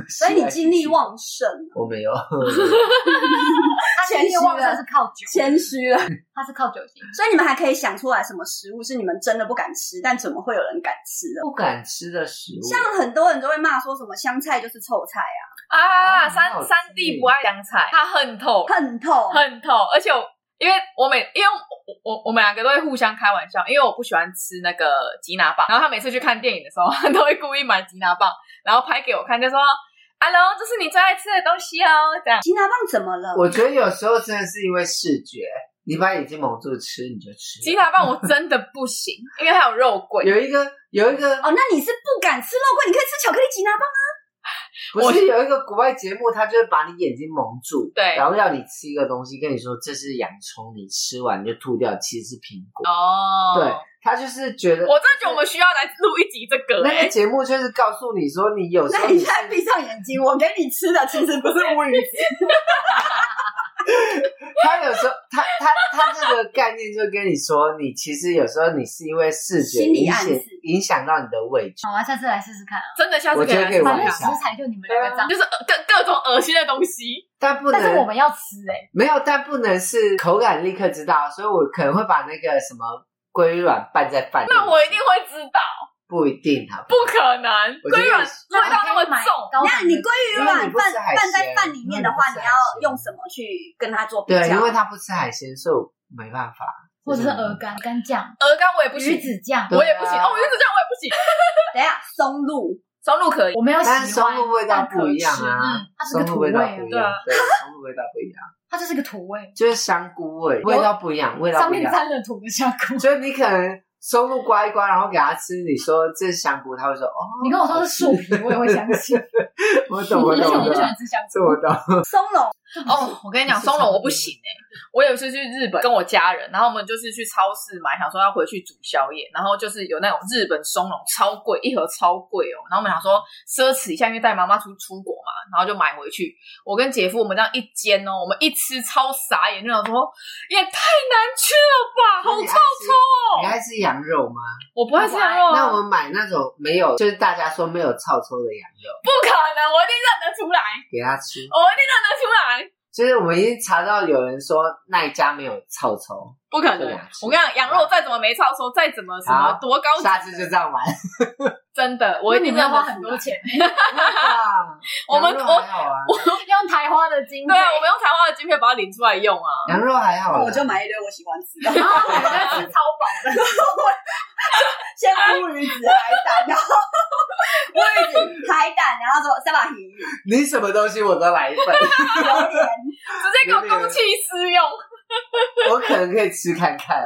[SPEAKER 2] 所以你精力，旺盛，
[SPEAKER 3] 我 没有。
[SPEAKER 4] 他前面旺盛是靠酒，
[SPEAKER 2] 谦虚了。
[SPEAKER 4] 他是靠酒精。
[SPEAKER 2] 所以你们还可以想出来什么食物是你们真的不敢吃，但怎么会有人敢吃的？
[SPEAKER 3] 不敢吃的食物，
[SPEAKER 2] 像很多人都会骂说什么香菜就是臭菜啊，
[SPEAKER 1] 啊！
[SPEAKER 3] 哦很
[SPEAKER 1] 三
[SPEAKER 3] 好吃
[SPEAKER 1] 三弟不爱香菜，他恨透，
[SPEAKER 2] 恨透。
[SPEAKER 1] 恨透。而且我因为我每因为我我我们两个都会互相开玩笑，因为我不喜欢吃那个吉拿棒，然后他每次去看电影的时候，他都会故意买吉拿棒，然后拍给我看，就说。阿龙，这是你最爱吃的东西哦，这样
[SPEAKER 2] 吉拿棒怎么了？
[SPEAKER 3] 我觉得有时候真的是因为视觉，你把眼睛蒙住吃，你就吃。
[SPEAKER 1] 吉拿棒我真的不行，因为它有肉 桂。
[SPEAKER 3] 有一个有一个
[SPEAKER 2] 哦，那你是不敢吃肉桂，你可以吃巧克力吉拿棒。
[SPEAKER 3] 不是有一个国外节目，它就是把你眼睛蒙住，
[SPEAKER 1] 对
[SPEAKER 3] 然后要你吃一个东西，跟你说这是洋葱，你吃完就吐掉，其实是苹果。
[SPEAKER 1] 哦，
[SPEAKER 3] 对，他就是觉得
[SPEAKER 1] 我真的觉得我们需要来录一集这个、
[SPEAKER 3] 那
[SPEAKER 1] 欸
[SPEAKER 3] 个，节目就是告诉你说，你有时
[SPEAKER 2] 那
[SPEAKER 3] 候
[SPEAKER 2] 你
[SPEAKER 3] 你
[SPEAKER 2] 现在闭上眼睛，我给你吃的其实不是乌鱼子，
[SPEAKER 3] 他有时候他他他这个概念就跟你说，你其实有时候你是因为视觉
[SPEAKER 2] 心理
[SPEAKER 3] 影
[SPEAKER 2] 暗
[SPEAKER 3] 响
[SPEAKER 2] 示
[SPEAKER 3] 影响到你的味觉。
[SPEAKER 4] 好啊，下次来试试看啊。
[SPEAKER 1] 真的下次
[SPEAKER 3] 我觉得
[SPEAKER 1] 来
[SPEAKER 3] 可以
[SPEAKER 1] 试试
[SPEAKER 3] 玩
[SPEAKER 4] 反
[SPEAKER 1] 看
[SPEAKER 4] 正
[SPEAKER 3] 一
[SPEAKER 4] 食
[SPEAKER 3] 下
[SPEAKER 4] 材就你们
[SPEAKER 3] 啊
[SPEAKER 4] 两个脏，
[SPEAKER 1] 就是呃各各种恶心的东西。
[SPEAKER 3] 但不能，
[SPEAKER 4] 但是我们要吃哎，
[SPEAKER 3] 没有，但不能是口感立刻知道，所以我可能会把那个什么龟卵拌在饭里。
[SPEAKER 1] 那我一定会知道，
[SPEAKER 3] 不一定啊，
[SPEAKER 1] 不可能，
[SPEAKER 3] 我觉
[SPEAKER 1] 龟
[SPEAKER 3] 得
[SPEAKER 1] 卵
[SPEAKER 4] 那
[SPEAKER 1] 味道那么
[SPEAKER 4] 你可以买
[SPEAKER 1] 重，
[SPEAKER 4] 高
[SPEAKER 2] 那
[SPEAKER 4] 档
[SPEAKER 2] 你
[SPEAKER 4] 的
[SPEAKER 2] 鲑鱼
[SPEAKER 3] 因为
[SPEAKER 2] 卵
[SPEAKER 3] 你不
[SPEAKER 2] 拌
[SPEAKER 3] 吃海
[SPEAKER 2] 拌在
[SPEAKER 3] 鲜
[SPEAKER 2] 饭里面的话，
[SPEAKER 3] 因为你不吃
[SPEAKER 2] 你
[SPEAKER 3] 海
[SPEAKER 2] 要
[SPEAKER 3] 鲜
[SPEAKER 2] 用什么去跟它做比较？
[SPEAKER 3] 对，因为他不吃海鲜，所以我没办法。
[SPEAKER 4] 或者是
[SPEAKER 3] 这种
[SPEAKER 4] 鹅肝、肝酱、
[SPEAKER 1] 鹅肝我也不行
[SPEAKER 4] 鱼，子酱，
[SPEAKER 3] 对
[SPEAKER 1] 我也不行，
[SPEAKER 3] 啊
[SPEAKER 1] 哦，鱼子酱我也不行，
[SPEAKER 2] 等一下松 露，
[SPEAKER 1] 松露可以，
[SPEAKER 4] 我没有喜
[SPEAKER 3] 但
[SPEAKER 4] 欢。
[SPEAKER 3] 是松露味道不一样啊
[SPEAKER 4] 嗯，它是个
[SPEAKER 3] 松
[SPEAKER 4] 土
[SPEAKER 3] 露味
[SPEAKER 4] 味
[SPEAKER 3] 道
[SPEAKER 4] 啊
[SPEAKER 3] 不，一
[SPEAKER 1] 对啊
[SPEAKER 3] 样，对，松露味道不一样，
[SPEAKER 4] 它就是个土味，
[SPEAKER 3] 就是香菇味，味道不一样，味道啊
[SPEAKER 4] 上
[SPEAKER 3] 不一
[SPEAKER 4] 面
[SPEAKER 3] 样。
[SPEAKER 4] 沾了土的香菇。
[SPEAKER 3] 所以你可能松露刮一刮，然后给他吃，你说这是香菇，他会说哦。
[SPEAKER 4] 你跟我说是树皮，我也会相 信。
[SPEAKER 3] 我懂，我
[SPEAKER 4] 而且
[SPEAKER 3] 懂，
[SPEAKER 4] 我
[SPEAKER 3] 我
[SPEAKER 4] 不喜
[SPEAKER 3] 懂，
[SPEAKER 4] 欢吃香
[SPEAKER 3] 这我
[SPEAKER 4] 菇，
[SPEAKER 3] 懂。
[SPEAKER 2] 松茸，
[SPEAKER 1] 哦，我跟 你讲，
[SPEAKER 3] 不是
[SPEAKER 1] 松茸
[SPEAKER 3] 松
[SPEAKER 1] 我
[SPEAKER 3] 露
[SPEAKER 1] 不行哎、我有一次去日本跟我家人，然后我们就是去超市买，想说要回去煮宵夜，然后就是有那种日本松茸超贵，一盒超贵哦。然后我们想说奢侈一下，因为带妈妈出出国嘛，然后就买回去。我跟姐夫我们这样一煎哦，我们一吃超傻眼，就想说也太难吃了吧，好
[SPEAKER 3] 那你
[SPEAKER 1] 臭
[SPEAKER 3] 爱吃你
[SPEAKER 1] 哦！
[SPEAKER 3] 爱吃羊肉吗？
[SPEAKER 1] 我不会这样哦，
[SPEAKER 3] 那我们买那种没有，就是大家说没有臭臭的羊肉
[SPEAKER 1] 不可能，我一定认得出来，
[SPEAKER 3] 给他吃。
[SPEAKER 1] 我一定认得出来。
[SPEAKER 3] 就是我们已经查到有人说那一家没有臭臭，
[SPEAKER 1] 不可能！
[SPEAKER 3] 对啊
[SPEAKER 1] 我跟你讲，羊肉再怎么没超收，再怎么什么
[SPEAKER 3] 好
[SPEAKER 1] 多高级，
[SPEAKER 3] 下次就这样玩。
[SPEAKER 1] 真的，我一
[SPEAKER 4] 你
[SPEAKER 1] 定
[SPEAKER 4] 们要
[SPEAKER 1] 认得
[SPEAKER 4] 花
[SPEAKER 1] 出
[SPEAKER 4] 很多
[SPEAKER 1] 来
[SPEAKER 4] 钱，
[SPEAKER 3] 哇
[SPEAKER 1] 我们
[SPEAKER 3] 羊肉
[SPEAKER 1] 我
[SPEAKER 3] 还好啊，
[SPEAKER 4] 用台花的精
[SPEAKER 1] 对
[SPEAKER 4] 粹。
[SPEAKER 1] 啊，我们用台湾的晶片把它领出来用啊。
[SPEAKER 3] 羊肉还好啊，
[SPEAKER 2] 我就买一堆我喜欢吃的，
[SPEAKER 4] 然后我在吃超饱的，
[SPEAKER 2] 先乌鱼子、海胆，然后乌鱼子、海胆，然后说三把鱼、
[SPEAKER 3] 你什么东西我都来一份，
[SPEAKER 2] 榴莲，
[SPEAKER 1] 直接给我公器私用。
[SPEAKER 3] 我可能可以吃看看。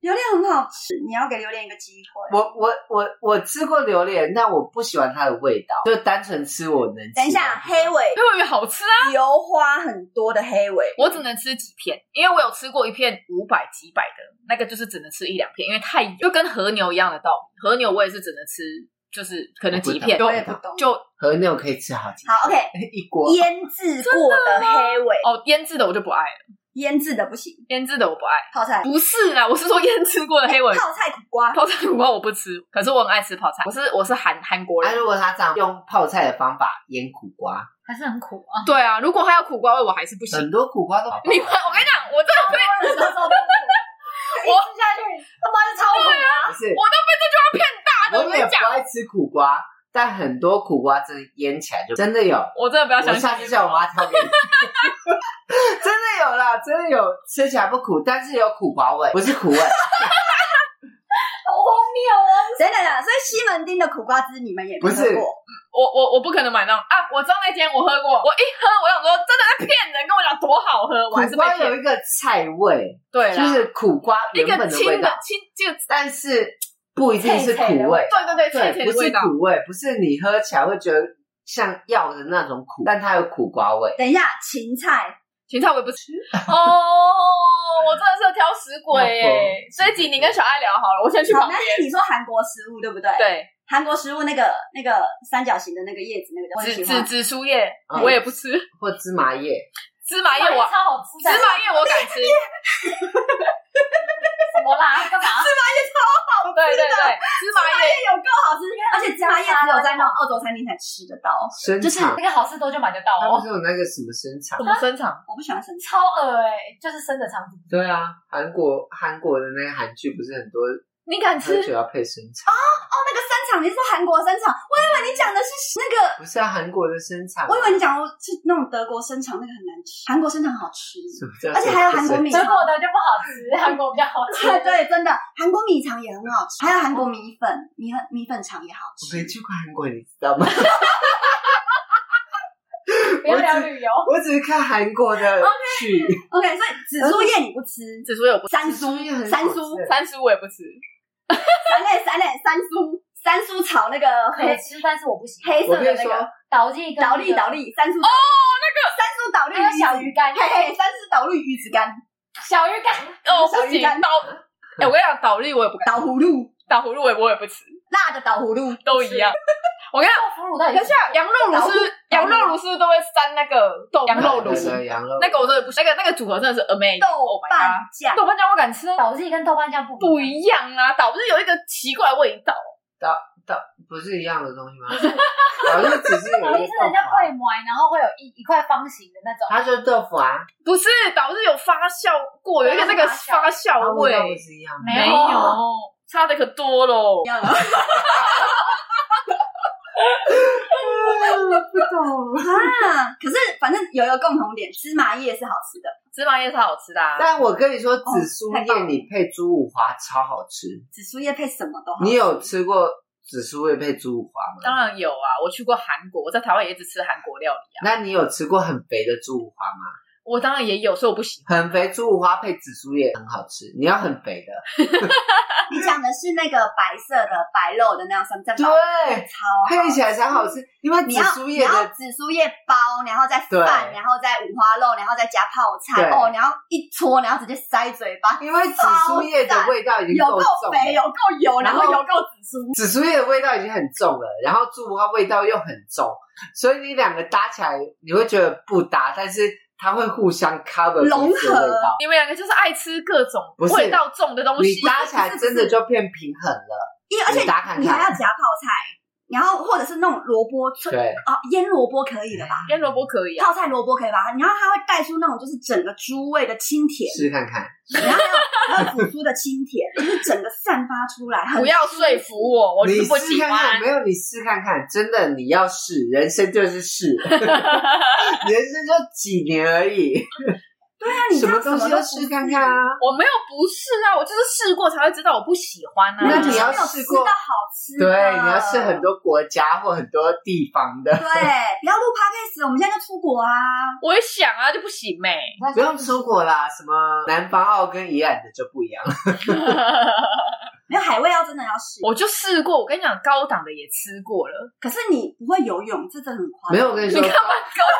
[SPEAKER 2] 榴莲很好吃，你要给榴莲一个机会。
[SPEAKER 3] 我我我我吃过榴莲，但我不喜欢它的味道，就单纯吃我能吃。
[SPEAKER 2] 等一下，黑尾
[SPEAKER 1] 黑尾鱼好吃啊，
[SPEAKER 2] 油花很多的黑尾，
[SPEAKER 1] 我只能吃几片，因为我有吃过一片五百几百的，那个就是只能吃一两片，因为太油，就跟和牛一样的道理。和牛我也是只能吃，就是可能几片，
[SPEAKER 3] 我
[SPEAKER 1] 就
[SPEAKER 2] 我
[SPEAKER 3] 不
[SPEAKER 2] 也不懂。
[SPEAKER 1] 就
[SPEAKER 3] 和牛可以吃好几
[SPEAKER 2] 好，OK，
[SPEAKER 3] 一锅，
[SPEAKER 2] 腌制过的黑尾，
[SPEAKER 1] 哦腌制的我就不爱了，
[SPEAKER 2] 腌制的不行，
[SPEAKER 1] 腌制的我不爱。
[SPEAKER 2] 泡菜
[SPEAKER 1] 不是啦，我是说腌制过的黑尾鱼。
[SPEAKER 2] 泡菜苦瓜，
[SPEAKER 1] 泡菜苦瓜我不吃，可是我很爱吃泡菜。我是我是韩韩国
[SPEAKER 3] 那、
[SPEAKER 1] 人，
[SPEAKER 3] 哎如果他这样用泡菜的方法腌苦瓜，
[SPEAKER 4] 还是很苦啊。
[SPEAKER 1] 对啊，如果还有苦瓜味，我还是不行。
[SPEAKER 3] 很多苦瓜都好
[SPEAKER 1] 你们，我跟你讲，我真的被
[SPEAKER 4] 我吃下去，他妈是超苦啊！
[SPEAKER 3] 不是
[SPEAKER 1] 我都被这句话骗大的。我
[SPEAKER 3] 我
[SPEAKER 1] 跟
[SPEAKER 3] 也
[SPEAKER 1] 你
[SPEAKER 3] 不
[SPEAKER 1] 讲，
[SPEAKER 3] 爱吃苦瓜，但很多苦瓜真的腌起来就真的有。
[SPEAKER 1] 我真的不要
[SPEAKER 3] 我
[SPEAKER 1] 相信。
[SPEAKER 3] 下次叫我妈挑给你。 真的有啦，真的有，吃起来不苦，但是有苦瓜味，不是苦 味。
[SPEAKER 4] 好荒谬哦！
[SPEAKER 2] 等等等，所以西门町的苦瓜汁你们也没
[SPEAKER 3] 不是
[SPEAKER 2] 喝过，
[SPEAKER 1] 我我我不可能买那种啊！我知道那间我喝过，我一喝我想说真的在骗人，跟我讲多好喝，我还是
[SPEAKER 3] 苦
[SPEAKER 1] 被
[SPEAKER 3] 瓜
[SPEAKER 1] 骗
[SPEAKER 3] 有。一个菜味，
[SPEAKER 1] 对啦，
[SPEAKER 3] 就是苦瓜
[SPEAKER 1] 一
[SPEAKER 3] 原
[SPEAKER 1] 个
[SPEAKER 3] 本的味
[SPEAKER 1] 清的
[SPEAKER 3] 道，
[SPEAKER 1] 清这个
[SPEAKER 3] 但是不一定是苦
[SPEAKER 4] 脆脆的味
[SPEAKER 3] 味，
[SPEAKER 1] 对对对，脆
[SPEAKER 3] 对，
[SPEAKER 1] 脆
[SPEAKER 3] 不
[SPEAKER 1] 的味
[SPEAKER 3] 是
[SPEAKER 1] 道。
[SPEAKER 3] 苦味，不是你喝起来会觉得像药的那种苦，但它有苦瓜味。
[SPEAKER 2] 等一下，芹菜，
[SPEAKER 1] 芹菜我也不 吃哦，我真的是个挑食鬼耶！
[SPEAKER 3] 那
[SPEAKER 1] 所
[SPEAKER 3] 不
[SPEAKER 1] 以景，你跟小爱聊好了，我先去
[SPEAKER 2] 好，
[SPEAKER 1] 旁
[SPEAKER 2] 那
[SPEAKER 1] 边。
[SPEAKER 2] 你说韩国食物对不对？，
[SPEAKER 1] 对，
[SPEAKER 2] 韩国食物那个那个三角形的那个叶子，那个我很喜
[SPEAKER 1] 紫
[SPEAKER 2] 欢
[SPEAKER 1] 紫。紫苏叶
[SPEAKER 3] 嗯
[SPEAKER 1] 我也不吃，
[SPEAKER 3] 或芝麻叶，
[SPEAKER 1] 芝麻叶我
[SPEAKER 3] 啊
[SPEAKER 4] 超好吃
[SPEAKER 1] 芝
[SPEAKER 4] 的，
[SPEAKER 1] 麻叶我敢 吃，
[SPEAKER 4] 什么啦？ 干嘛？
[SPEAKER 1] 对对对，芝麻叶
[SPEAKER 2] 有够好吃，而且芝麻叶只有在那种澳洲餐厅才吃得到。
[SPEAKER 3] 生
[SPEAKER 2] 就是
[SPEAKER 1] 哦
[SPEAKER 3] 肠，
[SPEAKER 4] 那个好事多就买得到
[SPEAKER 3] 它不
[SPEAKER 4] 哦，
[SPEAKER 3] 是有那个什么生肠
[SPEAKER 1] 怎？么生长？
[SPEAKER 2] 我不喜欢生菜，
[SPEAKER 4] 超恶哎，就是生的肠子。
[SPEAKER 3] 对啊，韩国韩国的那个韩剧不是很多
[SPEAKER 1] 你敢吃
[SPEAKER 3] 喝？酒要配生肠？
[SPEAKER 2] 哦那个生肠你是说韩国生肠，我以为你讲的是那个，
[SPEAKER 3] 不是啊，韩国的生肠啊。
[SPEAKER 2] 我以为你讲的是那种德国生肠，那个很难吃，韩国生肠好吃。
[SPEAKER 3] 什么叫
[SPEAKER 2] 而且还有韩国米
[SPEAKER 4] 德国的就不好吃，韩国比较好
[SPEAKER 2] 对
[SPEAKER 4] 吃。
[SPEAKER 2] 对，真的，韩国米肠也很好吃，还有韩国米粉，米粉米粉肠也好
[SPEAKER 3] 我
[SPEAKER 2] 吃
[SPEAKER 3] 没。去过韩国，你知道吗？
[SPEAKER 4] 不要聊旅游，
[SPEAKER 3] 我只是看韩国的剧，
[SPEAKER 2] OK，所以紫苏叶你不吃，
[SPEAKER 1] 紫苏叶我不吃，
[SPEAKER 2] 三
[SPEAKER 3] 紫苏叶很
[SPEAKER 2] 苏
[SPEAKER 3] 好吃
[SPEAKER 2] 三苏
[SPEAKER 3] 对
[SPEAKER 1] 三叔我也不吃，
[SPEAKER 2] 三类三类三苏三苏炒那个
[SPEAKER 4] 可以
[SPEAKER 2] 黑
[SPEAKER 4] 吃，但是我不喜欢。
[SPEAKER 2] 黑色的那
[SPEAKER 3] 我跟你说
[SPEAKER 2] 个
[SPEAKER 4] 倒立跟
[SPEAKER 2] 倒立倒
[SPEAKER 4] 立，
[SPEAKER 2] 立三苏哦，那个
[SPEAKER 4] 还有
[SPEAKER 2] 三苏倒
[SPEAKER 4] 小
[SPEAKER 2] 立
[SPEAKER 4] 鱼干，
[SPEAKER 2] 嘿嘿，三苏倒立鱼子干，
[SPEAKER 4] 小鱼干
[SPEAKER 1] 哦
[SPEAKER 2] 小
[SPEAKER 1] 不
[SPEAKER 2] 鱼
[SPEAKER 1] 行
[SPEAKER 2] 干
[SPEAKER 1] 倒。哎、我跟你讲，倒立我也不敢，
[SPEAKER 2] 倒葫芦，
[SPEAKER 1] 倒葫芦我也我也不吃，
[SPEAKER 2] 辣的倒葫芦，
[SPEAKER 1] 都一样。我 跟你
[SPEAKER 4] 豆腐乳到
[SPEAKER 1] 讲，
[SPEAKER 4] 底
[SPEAKER 1] 等一
[SPEAKER 4] 是
[SPEAKER 1] 下，羊肉卤
[SPEAKER 2] 倒葫芦
[SPEAKER 1] 是羊肉卤是不是都会沾那个豆羊肉
[SPEAKER 3] 对
[SPEAKER 1] 卤？
[SPEAKER 3] 对羊肉
[SPEAKER 1] 那个我真的不行，那个那个组合真的是 amazing。
[SPEAKER 2] 豆
[SPEAKER 1] Oh my
[SPEAKER 2] 瓣
[SPEAKER 1] god
[SPEAKER 2] 酱，
[SPEAKER 1] 豆瓣酱我敢吃，
[SPEAKER 4] 倒立跟豆瓣酱不
[SPEAKER 1] 不
[SPEAKER 4] 一样。
[SPEAKER 1] 一样啊，倒不是有一个奇怪的味道。
[SPEAKER 3] 不是一样的东西 吗？好像只是有一
[SPEAKER 4] 倒
[SPEAKER 3] 个
[SPEAKER 4] 立是
[SPEAKER 3] 豆
[SPEAKER 4] 人家
[SPEAKER 3] 腐啊，
[SPEAKER 4] 会买，然后会有一一块方形的那种，
[SPEAKER 3] 它就是豆腐啊，
[SPEAKER 1] 不是，倒是有发酵过，有一个那个发
[SPEAKER 3] 它
[SPEAKER 1] 酵
[SPEAKER 3] 味
[SPEAKER 1] 味
[SPEAKER 3] 道，不是一样吗？
[SPEAKER 4] 没有
[SPEAKER 1] 差的可多喽。
[SPEAKER 2] 一样了。啊，
[SPEAKER 3] 不懂。
[SPEAKER 2] 啊可是反正有一个共同点，芝麻叶是好吃的。
[SPEAKER 1] 芝麻叶是好吃的、啊，
[SPEAKER 3] 但我跟你说，紫苏
[SPEAKER 2] 哦太棒
[SPEAKER 3] 叶
[SPEAKER 2] 了
[SPEAKER 3] 你配猪五花超好吃。
[SPEAKER 2] 紫苏叶配什么都好。
[SPEAKER 3] 你有吃过紫苏叶配猪五花吗？
[SPEAKER 1] 当然有啊。我去过韩国，我在台湾也一直吃韩国料理啊。
[SPEAKER 3] 那你有吃过很肥的猪五花吗？
[SPEAKER 1] 我当然也有，所以我不喜欢。
[SPEAKER 3] 很肥猪五花配紫苏叶很好吃，你要很肥的。
[SPEAKER 2] 你讲的是那个白色的白肉的那样三珍包，
[SPEAKER 3] 对，
[SPEAKER 2] 超好
[SPEAKER 3] 配起来才好吃，因为
[SPEAKER 2] 你
[SPEAKER 3] 紫
[SPEAKER 2] 要
[SPEAKER 3] 苏
[SPEAKER 2] 你
[SPEAKER 3] 叶
[SPEAKER 2] 要
[SPEAKER 3] 的
[SPEAKER 2] 紫苏叶包，然后再饭，
[SPEAKER 3] 对
[SPEAKER 2] 然后再五花肉，然后再加泡菜
[SPEAKER 3] 对
[SPEAKER 2] 哦，然后一搓，然后直接塞嘴巴，
[SPEAKER 3] 因为紫苏叶的味道已经
[SPEAKER 2] 有
[SPEAKER 3] 够
[SPEAKER 2] 够
[SPEAKER 3] 重
[SPEAKER 2] 肥，有
[SPEAKER 3] 了，
[SPEAKER 2] 够油，然
[SPEAKER 3] 然后
[SPEAKER 2] 后有够紫苏。
[SPEAKER 3] 紫苏叶的味道已经很重了，然后猪五花味道又很重，所以你两个搭起来，你会觉得不搭，但是它会互相 cover
[SPEAKER 2] 融合
[SPEAKER 3] 彼此的味道。
[SPEAKER 1] 你们两个就是爱吃各种
[SPEAKER 3] 不是
[SPEAKER 1] 味道重的东
[SPEAKER 3] 你
[SPEAKER 1] 西，啊
[SPEAKER 3] 搭起来真的就变平衡了，
[SPEAKER 2] 因为而且
[SPEAKER 3] 你搭看
[SPEAKER 2] 你还要
[SPEAKER 3] 看，
[SPEAKER 2] 夹泡菜，然后或者是那种萝卜脆
[SPEAKER 3] 对，
[SPEAKER 2] 啊，腌萝卜可以的吧？
[SPEAKER 1] 腌萝卜可以啊。
[SPEAKER 2] 泡菜萝卜可以吧？然后它会带出那种就是整个猪味的清甜，
[SPEAKER 3] 试试看看。
[SPEAKER 2] 然后还有还有紫苏的清甜，就是整个散发出来，很
[SPEAKER 1] 不要说服我，我
[SPEAKER 3] 你
[SPEAKER 1] 是不
[SPEAKER 3] 试
[SPEAKER 1] 喜
[SPEAKER 3] 看看，
[SPEAKER 1] 欢。
[SPEAKER 3] 没有你试看看，真的你要试，人生就是 试，人生就几年而已，
[SPEAKER 2] 对啊，你
[SPEAKER 3] 什
[SPEAKER 2] 这
[SPEAKER 3] 么
[SPEAKER 2] 样
[SPEAKER 3] 东西
[SPEAKER 2] 都
[SPEAKER 3] 都
[SPEAKER 2] 不
[SPEAKER 3] 试看看啊。
[SPEAKER 1] 我没有不是啊，我就是试过才会知道我不喜欢啊。
[SPEAKER 3] 那
[SPEAKER 2] 你
[SPEAKER 3] 你要
[SPEAKER 2] 没有
[SPEAKER 3] 试
[SPEAKER 2] 吃
[SPEAKER 3] 过
[SPEAKER 2] 到好吃的，
[SPEAKER 3] 对，你要试很。多国家或很多地方 的
[SPEAKER 2] 对，，不要录 podcast，我们现在就出国啊！
[SPEAKER 1] 我也想啊，就不行呗、
[SPEAKER 3] 不用出国啦，什么南方澳跟宜兰的就不一 样了。
[SPEAKER 2] 没有海味要真的要试，
[SPEAKER 1] 我就试过，我跟你讲，高档的也吃过了。
[SPEAKER 2] 可是你不会游泳，这真的很夸张。
[SPEAKER 3] 没有，我跟你说，
[SPEAKER 1] 你干嘛跟我？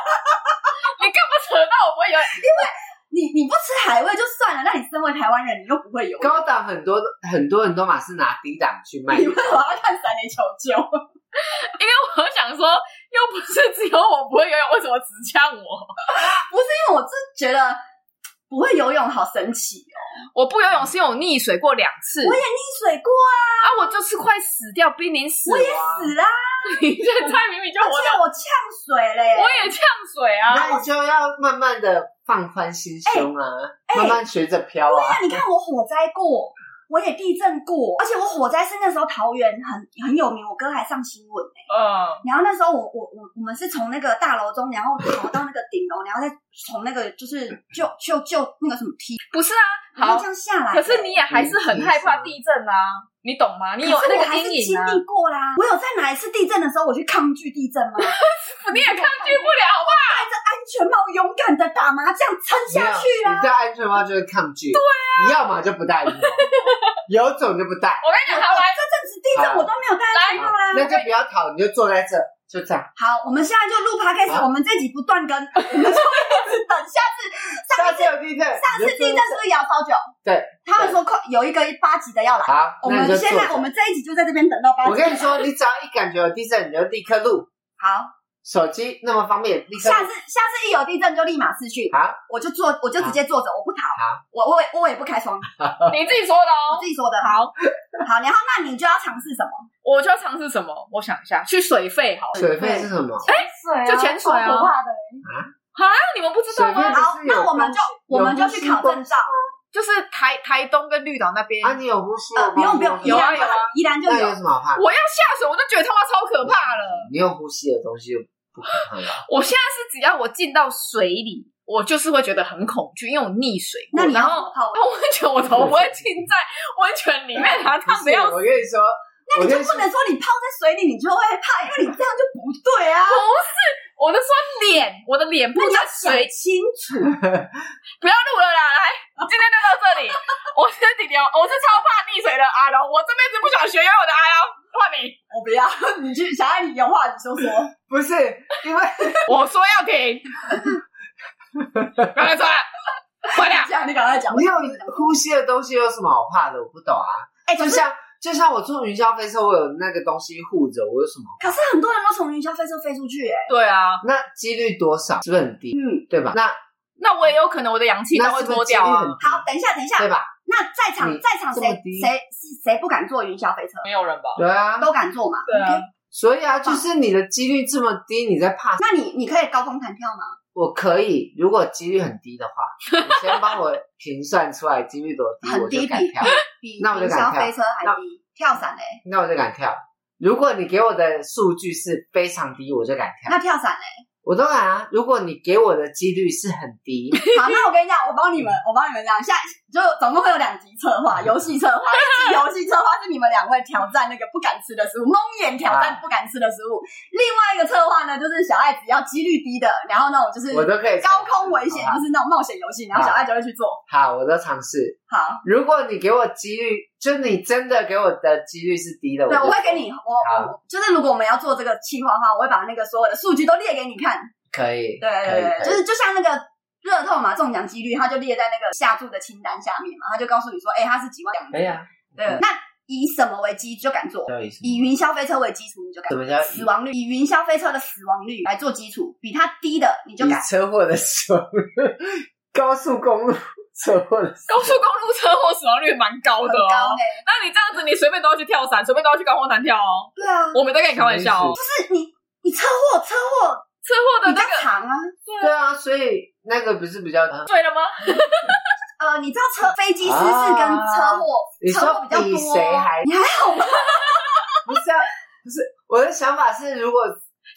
[SPEAKER 1] 你干嘛扯到我不会游泳？
[SPEAKER 2] 你你不吃海味就算了，那你身为台湾人，你又不会游泳，
[SPEAKER 3] 高档很多很多人都嘛是拿低档去卖
[SPEAKER 2] 你
[SPEAKER 3] 的
[SPEAKER 2] 为，什么要看三垒球球？
[SPEAKER 1] 因为我想说，又不是只有我不会游泳，为什么只呛我？
[SPEAKER 2] 因为我真觉得不会游泳好神奇哦，
[SPEAKER 1] 我不游泳是因为我溺水过两次，
[SPEAKER 2] 我也溺水过啊，
[SPEAKER 1] 啊，我就是快死掉，濒临死亡。
[SPEAKER 2] 死啦，
[SPEAKER 1] 你现在明明就
[SPEAKER 2] 而
[SPEAKER 1] 活的，
[SPEAKER 2] 且啊我呛水嘞，
[SPEAKER 1] 我也呛水啊！
[SPEAKER 3] 那你就要慢
[SPEAKER 2] 哎
[SPEAKER 3] 慢的放宽心胸啊，慢慢学着飘
[SPEAKER 2] 那
[SPEAKER 3] 啊。
[SPEAKER 2] 你看我火灾过，我也地震过，而且我火灾是那时候桃园很很有名，我哥还上新闻呢、
[SPEAKER 1] 嗯，
[SPEAKER 2] 然后那时候我我我我们是从那个大楼中，然后跑到那个顶楼，然后再从那个就是就就就那个什么梯，
[SPEAKER 1] 不是啊，
[SPEAKER 2] 然后
[SPEAKER 1] 好
[SPEAKER 2] 这，样下来
[SPEAKER 1] 可
[SPEAKER 2] 的。
[SPEAKER 1] 是你也还是很害怕地震啊，你懂吗？你有
[SPEAKER 2] 可是我
[SPEAKER 1] 那
[SPEAKER 2] 还
[SPEAKER 1] 个
[SPEAKER 2] 是
[SPEAKER 1] 阴影
[SPEAKER 2] 经
[SPEAKER 1] 啊，
[SPEAKER 2] 历过啦。我有在哪一次地 震的时候，我去抗拒地震吗？戴
[SPEAKER 1] 你也抗拒不了，好不好？
[SPEAKER 2] 着安全帽，勇敢的打麻将，撑下去
[SPEAKER 3] 没有
[SPEAKER 2] 啊
[SPEAKER 3] 你！戴安全帽就会抗拒，对啊，你要么就不戴， 有种就不戴。
[SPEAKER 1] 我跟你讲，台湾
[SPEAKER 2] 这阵子地震我都没有戴安全帽啦。
[SPEAKER 3] 那就不要逃，你就坐在这，就这样。
[SPEAKER 2] 啊好，我们现在就录 podcast，、
[SPEAKER 3] 好
[SPEAKER 2] 我们这集不断更，我们就一直等下次。上
[SPEAKER 3] 下
[SPEAKER 2] 一
[SPEAKER 3] 次
[SPEAKER 2] 次
[SPEAKER 3] 有地震，
[SPEAKER 2] 上次
[SPEAKER 3] 你就
[SPEAKER 2] 地
[SPEAKER 3] 坐
[SPEAKER 2] 震
[SPEAKER 3] 在
[SPEAKER 2] 是不是也要烧酒？
[SPEAKER 3] 对，
[SPEAKER 2] 他们说快有一个八级的要来
[SPEAKER 3] 这。好，
[SPEAKER 2] 我
[SPEAKER 3] 那
[SPEAKER 2] 们
[SPEAKER 3] 你就
[SPEAKER 2] 现
[SPEAKER 3] 坐
[SPEAKER 2] 在
[SPEAKER 3] 着
[SPEAKER 2] 我们这一集就在这边等到八级。
[SPEAKER 3] 我跟你说，你只要一感觉有地震，你就立刻录。
[SPEAKER 2] 好，
[SPEAKER 3] 手机那么方便，立刻
[SPEAKER 2] 下
[SPEAKER 3] 录。
[SPEAKER 2] 次下次一有地震就立马失去，
[SPEAKER 3] 好，
[SPEAKER 2] 我就坐，我就直接坐着，我不逃
[SPEAKER 3] 好，
[SPEAKER 2] 我我也我也不开窗，
[SPEAKER 1] 你自己说的
[SPEAKER 2] 我
[SPEAKER 1] 哦
[SPEAKER 2] 自。己说的。好，好，然后那你就要尝试什么？
[SPEAKER 1] 我就要尝试什么？我想一下，去水费好了。
[SPEAKER 3] 水费是什么？
[SPEAKER 4] 水啊
[SPEAKER 1] 就潜水啊
[SPEAKER 4] 超可怕的欸。
[SPEAKER 1] 那啊你们不知道
[SPEAKER 3] 水
[SPEAKER 1] 吗
[SPEAKER 3] 费？
[SPEAKER 2] 好
[SPEAKER 3] 不，是有
[SPEAKER 2] 那我们就
[SPEAKER 3] 有
[SPEAKER 2] 我们就
[SPEAKER 3] 呼吸
[SPEAKER 2] 去考证照，
[SPEAKER 1] 就是台台东跟绿岛那边，
[SPEAKER 3] 啊，你有呼吸
[SPEAKER 2] 呃，
[SPEAKER 3] 吗？
[SPEAKER 2] 不用不用，
[SPEAKER 1] 有啊
[SPEAKER 2] 宜
[SPEAKER 1] 有
[SPEAKER 2] 兰
[SPEAKER 1] 啊
[SPEAKER 2] 宜兰就
[SPEAKER 3] 那有
[SPEAKER 2] 有。
[SPEAKER 3] 什么好怕的？
[SPEAKER 1] 我要下水，我就觉得他妈超可怕了。
[SPEAKER 3] 你有呼吸的东西就不可怕了。
[SPEAKER 1] 我现在是只要我进到水里，我就是会觉得很恐惧，因为我溺水过。
[SPEAKER 2] 那你要
[SPEAKER 1] 然
[SPEAKER 2] 怎
[SPEAKER 1] 后
[SPEAKER 2] 么泡？
[SPEAKER 1] 泡温泉，我头不会浸在温泉里面，然后烫
[SPEAKER 3] 不
[SPEAKER 1] 的
[SPEAKER 3] 是
[SPEAKER 1] 要死。
[SPEAKER 3] 我跟你说，
[SPEAKER 2] 那你
[SPEAKER 3] 我
[SPEAKER 2] 就
[SPEAKER 3] 跟你
[SPEAKER 2] 不
[SPEAKER 3] 说，
[SPEAKER 2] 能说你泡在水里你就会怕，因为你这样就不对啊。
[SPEAKER 1] 我就说脸，我的脸不
[SPEAKER 2] 那你
[SPEAKER 1] 在
[SPEAKER 2] 要
[SPEAKER 1] 水
[SPEAKER 2] 想，清楚，
[SPEAKER 1] 不要录了啦！来，今天就到这里。 我是弟弟，我是超怕溺水的阿龙，我这辈子不想学游泳的阿龙。换你，
[SPEAKER 2] 我不要， 你去小爱，你有话你说说。
[SPEAKER 3] 不是因为
[SPEAKER 1] 我说要停，不要再说了，快点。
[SPEAKER 2] 讲，你赶快讲
[SPEAKER 3] 你有呼吸的东西有什么好怕的？我不懂啊。
[SPEAKER 2] 哎，可
[SPEAKER 3] 就是像就像我坐云霄飞车，我有那个东西护着，我有什么好？
[SPEAKER 2] 可是很多人都从云霄飞车飞出去，哎，
[SPEAKER 1] 对啊，
[SPEAKER 3] 那几率多少？是不是很低？
[SPEAKER 2] 嗯，
[SPEAKER 3] 对吧？那
[SPEAKER 1] 那我也有可能我的氧气都
[SPEAKER 3] 那
[SPEAKER 1] 会
[SPEAKER 3] 是不
[SPEAKER 1] 脱
[SPEAKER 3] 是几率
[SPEAKER 1] 掉啊
[SPEAKER 3] 很。低？
[SPEAKER 2] 好，等一下，等一下，
[SPEAKER 3] 对吧？
[SPEAKER 2] 那在场
[SPEAKER 3] 你
[SPEAKER 2] 在场
[SPEAKER 3] 这么
[SPEAKER 2] 谁
[SPEAKER 3] 低
[SPEAKER 2] 谁谁不敢坐云霄飞车？
[SPEAKER 1] 没有人吧？
[SPEAKER 3] 对啊，
[SPEAKER 2] 都敢坐嘛？
[SPEAKER 1] 对啊
[SPEAKER 2] OK，
[SPEAKER 3] 所以啊，就是你的几率这么低，你在怕什么？
[SPEAKER 2] 那你你可以高空弹跳吗？
[SPEAKER 3] 我可以，如果几率很 低的话，你先帮我评算出来几率多低，
[SPEAKER 2] 很
[SPEAKER 3] 我
[SPEAKER 2] 低
[SPEAKER 3] 就敢
[SPEAKER 2] 比
[SPEAKER 3] 跳，
[SPEAKER 2] 比
[SPEAKER 3] 那我就
[SPEAKER 2] 云
[SPEAKER 3] 敢
[SPEAKER 2] 霄
[SPEAKER 3] 跳
[SPEAKER 2] 飞车还
[SPEAKER 3] 那
[SPEAKER 2] 低？跳伞嘞？欸
[SPEAKER 3] 那我就敢跳。如果你给我的数据是非常低，我就敢跳，
[SPEAKER 2] 那跳伞嘞？
[SPEAKER 3] 我都敢啊。如果你给我的几率是很 低，
[SPEAKER 2] 好，那我跟你讲，我帮你们，我帮你们讲，下就总共会有两集策划，游戏策划，一集游戏策划是你们两位挑战那个不敢吃的食物，蒙眼挑
[SPEAKER 3] 啊
[SPEAKER 2] 战不敢吃的食物。另外一个策划呢，就是小爱只要几率低的，然后那种就是
[SPEAKER 3] 我都可以
[SPEAKER 2] 高空危险，
[SPEAKER 3] 好吧
[SPEAKER 2] 就是那种冒险游戏，然后小爱就会去做。
[SPEAKER 3] 好，我都尝试。
[SPEAKER 2] 好，
[SPEAKER 3] 如果你给我几率，就你真的给我的几率是低的，
[SPEAKER 2] 对，
[SPEAKER 3] 就
[SPEAKER 2] 我会给你，我我就是如果我们要做这个计划的话，我会把那个所有的数据都列给你看。
[SPEAKER 3] 可以，
[SPEAKER 2] 对
[SPEAKER 3] 可
[SPEAKER 2] 对
[SPEAKER 3] 以
[SPEAKER 2] 对，对
[SPEAKER 3] 可
[SPEAKER 2] 就
[SPEAKER 3] 以
[SPEAKER 2] 是就像那个热透嘛，中奖几率，它就列在那个下注的清单下面嘛，它就告诉你说，哎，它是几万两
[SPEAKER 3] 可以啊，
[SPEAKER 2] 对，那以什么为基就敢做？
[SPEAKER 3] 有意思。
[SPEAKER 2] 以云霄飞车为基础，你就敢
[SPEAKER 3] 怎。么叫
[SPEAKER 2] 死亡率以云霄飞车的死亡率来做基础，比它低的你就
[SPEAKER 3] 以
[SPEAKER 2] 敢。
[SPEAKER 3] 车祸的哦时候，高速公路 车祸的时
[SPEAKER 1] 高速公路车祸死亡率蛮高
[SPEAKER 2] 很
[SPEAKER 1] 的哦。
[SPEAKER 2] 高嘞、
[SPEAKER 1] 那你这样子，你随便都要去跳伞，随便都要去高空弹跳哦。
[SPEAKER 2] 对啊，
[SPEAKER 1] 我没在跟你开玩笑哦。
[SPEAKER 2] 是你你车祸车祸
[SPEAKER 1] 车祸的
[SPEAKER 2] 比
[SPEAKER 1] 那
[SPEAKER 2] 较
[SPEAKER 1] 个
[SPEAKER 2] 长啊，
[SPEAKER 3] 候，对啊，所以那个不是比较，
[SPEAKER 1] 对了吗？
[SPEAKER 2] 呃，你知道车飞机失事跟车祸、
[SPEAKER 3] 啊你
[SPEAKER 2] 车祸
[SPEAKER 3] 说
[SPEAKER 2] 比较多，啊
[SPEAKER 3] 比谁还
[SPEAKER 2] 你还好吗？
[SPEAKER 3] 不是啊？不是，我的想法是，如果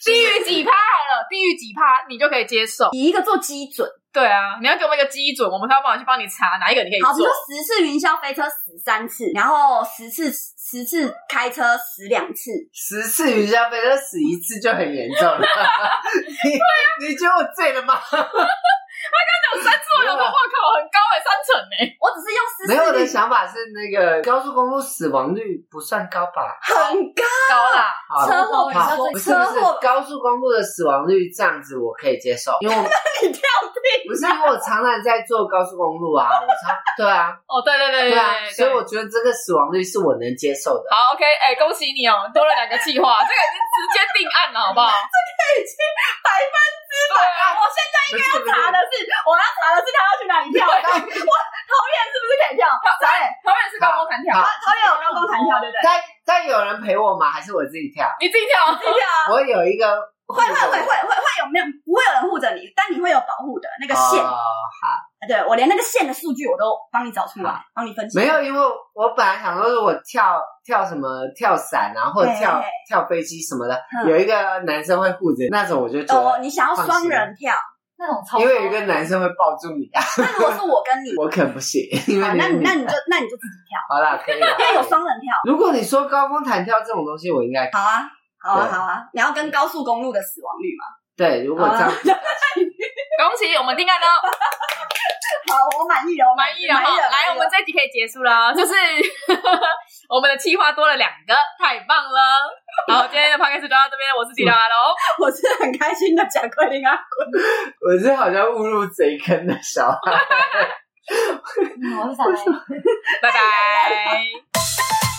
[SPEAKER 1] 地狱几趴好了，地狱几趴你就可以接受。
[SPEAKER 2] 以一个做基准，
[SPEAKER 1] 对啊，你要给我们一个基准，我们才有办法去帮你查哪一个你可以
[SPEAKER 2] 好，比如
[SPEAKER 1] 做
[SPEAKER 2] 说。十次云霄飞车十三次，然后十次十次开车十两次，
[SPEAKER 3] 十次云霄飞车死一次就很严 重了。你你觉得我醉了吗？
[SPEAKER 1] 有三次我想说，我靠，很高哎、三层哎、
[SPEAKER 2] 我只是
[SPEAKER 3] 没
[SPEAKER 2] 用
[SPEAKER 3] 有，我的
[SPEAKER 2] 十次率
[SPEAKER 3] 想法是，那个高速公路死亡率不算高吧？
[SPEAKER 2] 很高，
[SPEAKER 1] 高啦。
[SPEAKER 3] 好
[SPEAKER 2] 车祸比较
[SPEAKER 3] 不
[SPEAKER 2] 多，
[SPEAKER 3] 是不
[SPEAKER 2] 车
[SPEAKER 3] 是
[SPEAKER 2] 祸，
[SPEAKER 3] 高速公路的死亡率这样子我可以接 受，因为我
[SPEAKER 2] 你跳屁，
[SPEAKER 3] 不是因为我常常在坐高速公路啊，我常 对啊
[SPEAKER 1] 哦，对对对
[SPEAKER 3] 对
[SPEAKER 1] 对
[SPEAKER 3] 啊，
[SPEAKER 1] 对
[SPEAKER 3] 所以我觉得这个死亡率是我能接受的。
[SPEAKER 1] 好 OK，哎、恭喜你哦，多了两个计划，这个已经直接定案了，好不好？
[SPEAKER 2] 已经百分之百了。我现在
[SPEAKER 3] 不是不 是
[SPEAKER 2] 查的是，我要查的是他要去哪里跳。我桃园是不是可以跳？对，
[SPEAKER 1] 桃园是高空弹跳，
[SPEAKER 3] 好
[SPEAKER 2] 桃园有高空弹跳，对不对？
[SPEAKER 3] 但但有人陪我吗？还是我自己跳？
[SPEAKER 1] 你自己跳，
[SPEAKER 2] 可以跳啊。
[SPEAKER 3] 我有一个
[SPEAKER 2] 会会会会会会有没有不会有人护着你，但你会有保护的那个线，
[SPEAKER 3] 哦，好，
[SPEAKER 2] 对对我连那个线的数据我都帮你找出来，帮你分析。哦
[SPEAKER 3] 没有，因为我本来想说，如果跳跳什么跳伞啊，或者跳
[SPEAKER 2] 对
[SPEAKER 3] 跳飞机什么的，
[SPEAKER 2] 嗯
[SPEAKER 3] 有一个男生会护着你那种，我就觉
[SPEAKER 2] 哦，
[SPEAKER 3] 得，
[SPEAKER 2] 你想要双人跳？
[SPEAKER 4] 那种超
[SPEAKER 3] 因为有一个男生会抱住你啊，
[SPEAKER 2] 那如果是我跟你，
[SPEAKER 3] 我可能不行，因为
[SPEAKER 2] 好，
[SPEAKER 3] 你
[SPEAKER 2] 那
[SPEAKER 3] 是
[SPEAKER 2] 你
[SPEAKER 3] 女
[SPEAKER 2] 那你就那你就自己跳，
[SPEAKER 3] 好啦，可以啦。
[SPEAKER 2] 因为有双人跳。
[SPEAKER 3] 如果你说高空弹跳这种东西，我应该
[SPEAKER 2] 好啊，好啊，
[SPEAKER 3] 对
[SPEAKER 2] 好啊！你要跟高速公路的死亡率嘛？
[SPEAKER 3] 对。如果这样，
[SPEAKER 1] 恭喜我们听看到
[SPEAKER 2] 好，我满意了，我
[SPEAKER 1] 满意了哈，
[SPEAKER 2] 满意了。
[SPEAKER 1] 来，我们这集可以结束了哦，就是 我们的计划多了两个，太棒了。好，今天的 podcast 就到这边，我是吉达龙，
[SPEAKER 2] 我是很开心的贾桂林啊，
[SPEAKER 3] 我是好像误入贼坑的小孩。
[SPEAKER 4] 嗯，我是想来。
[SPEAKER 1] 拜拜。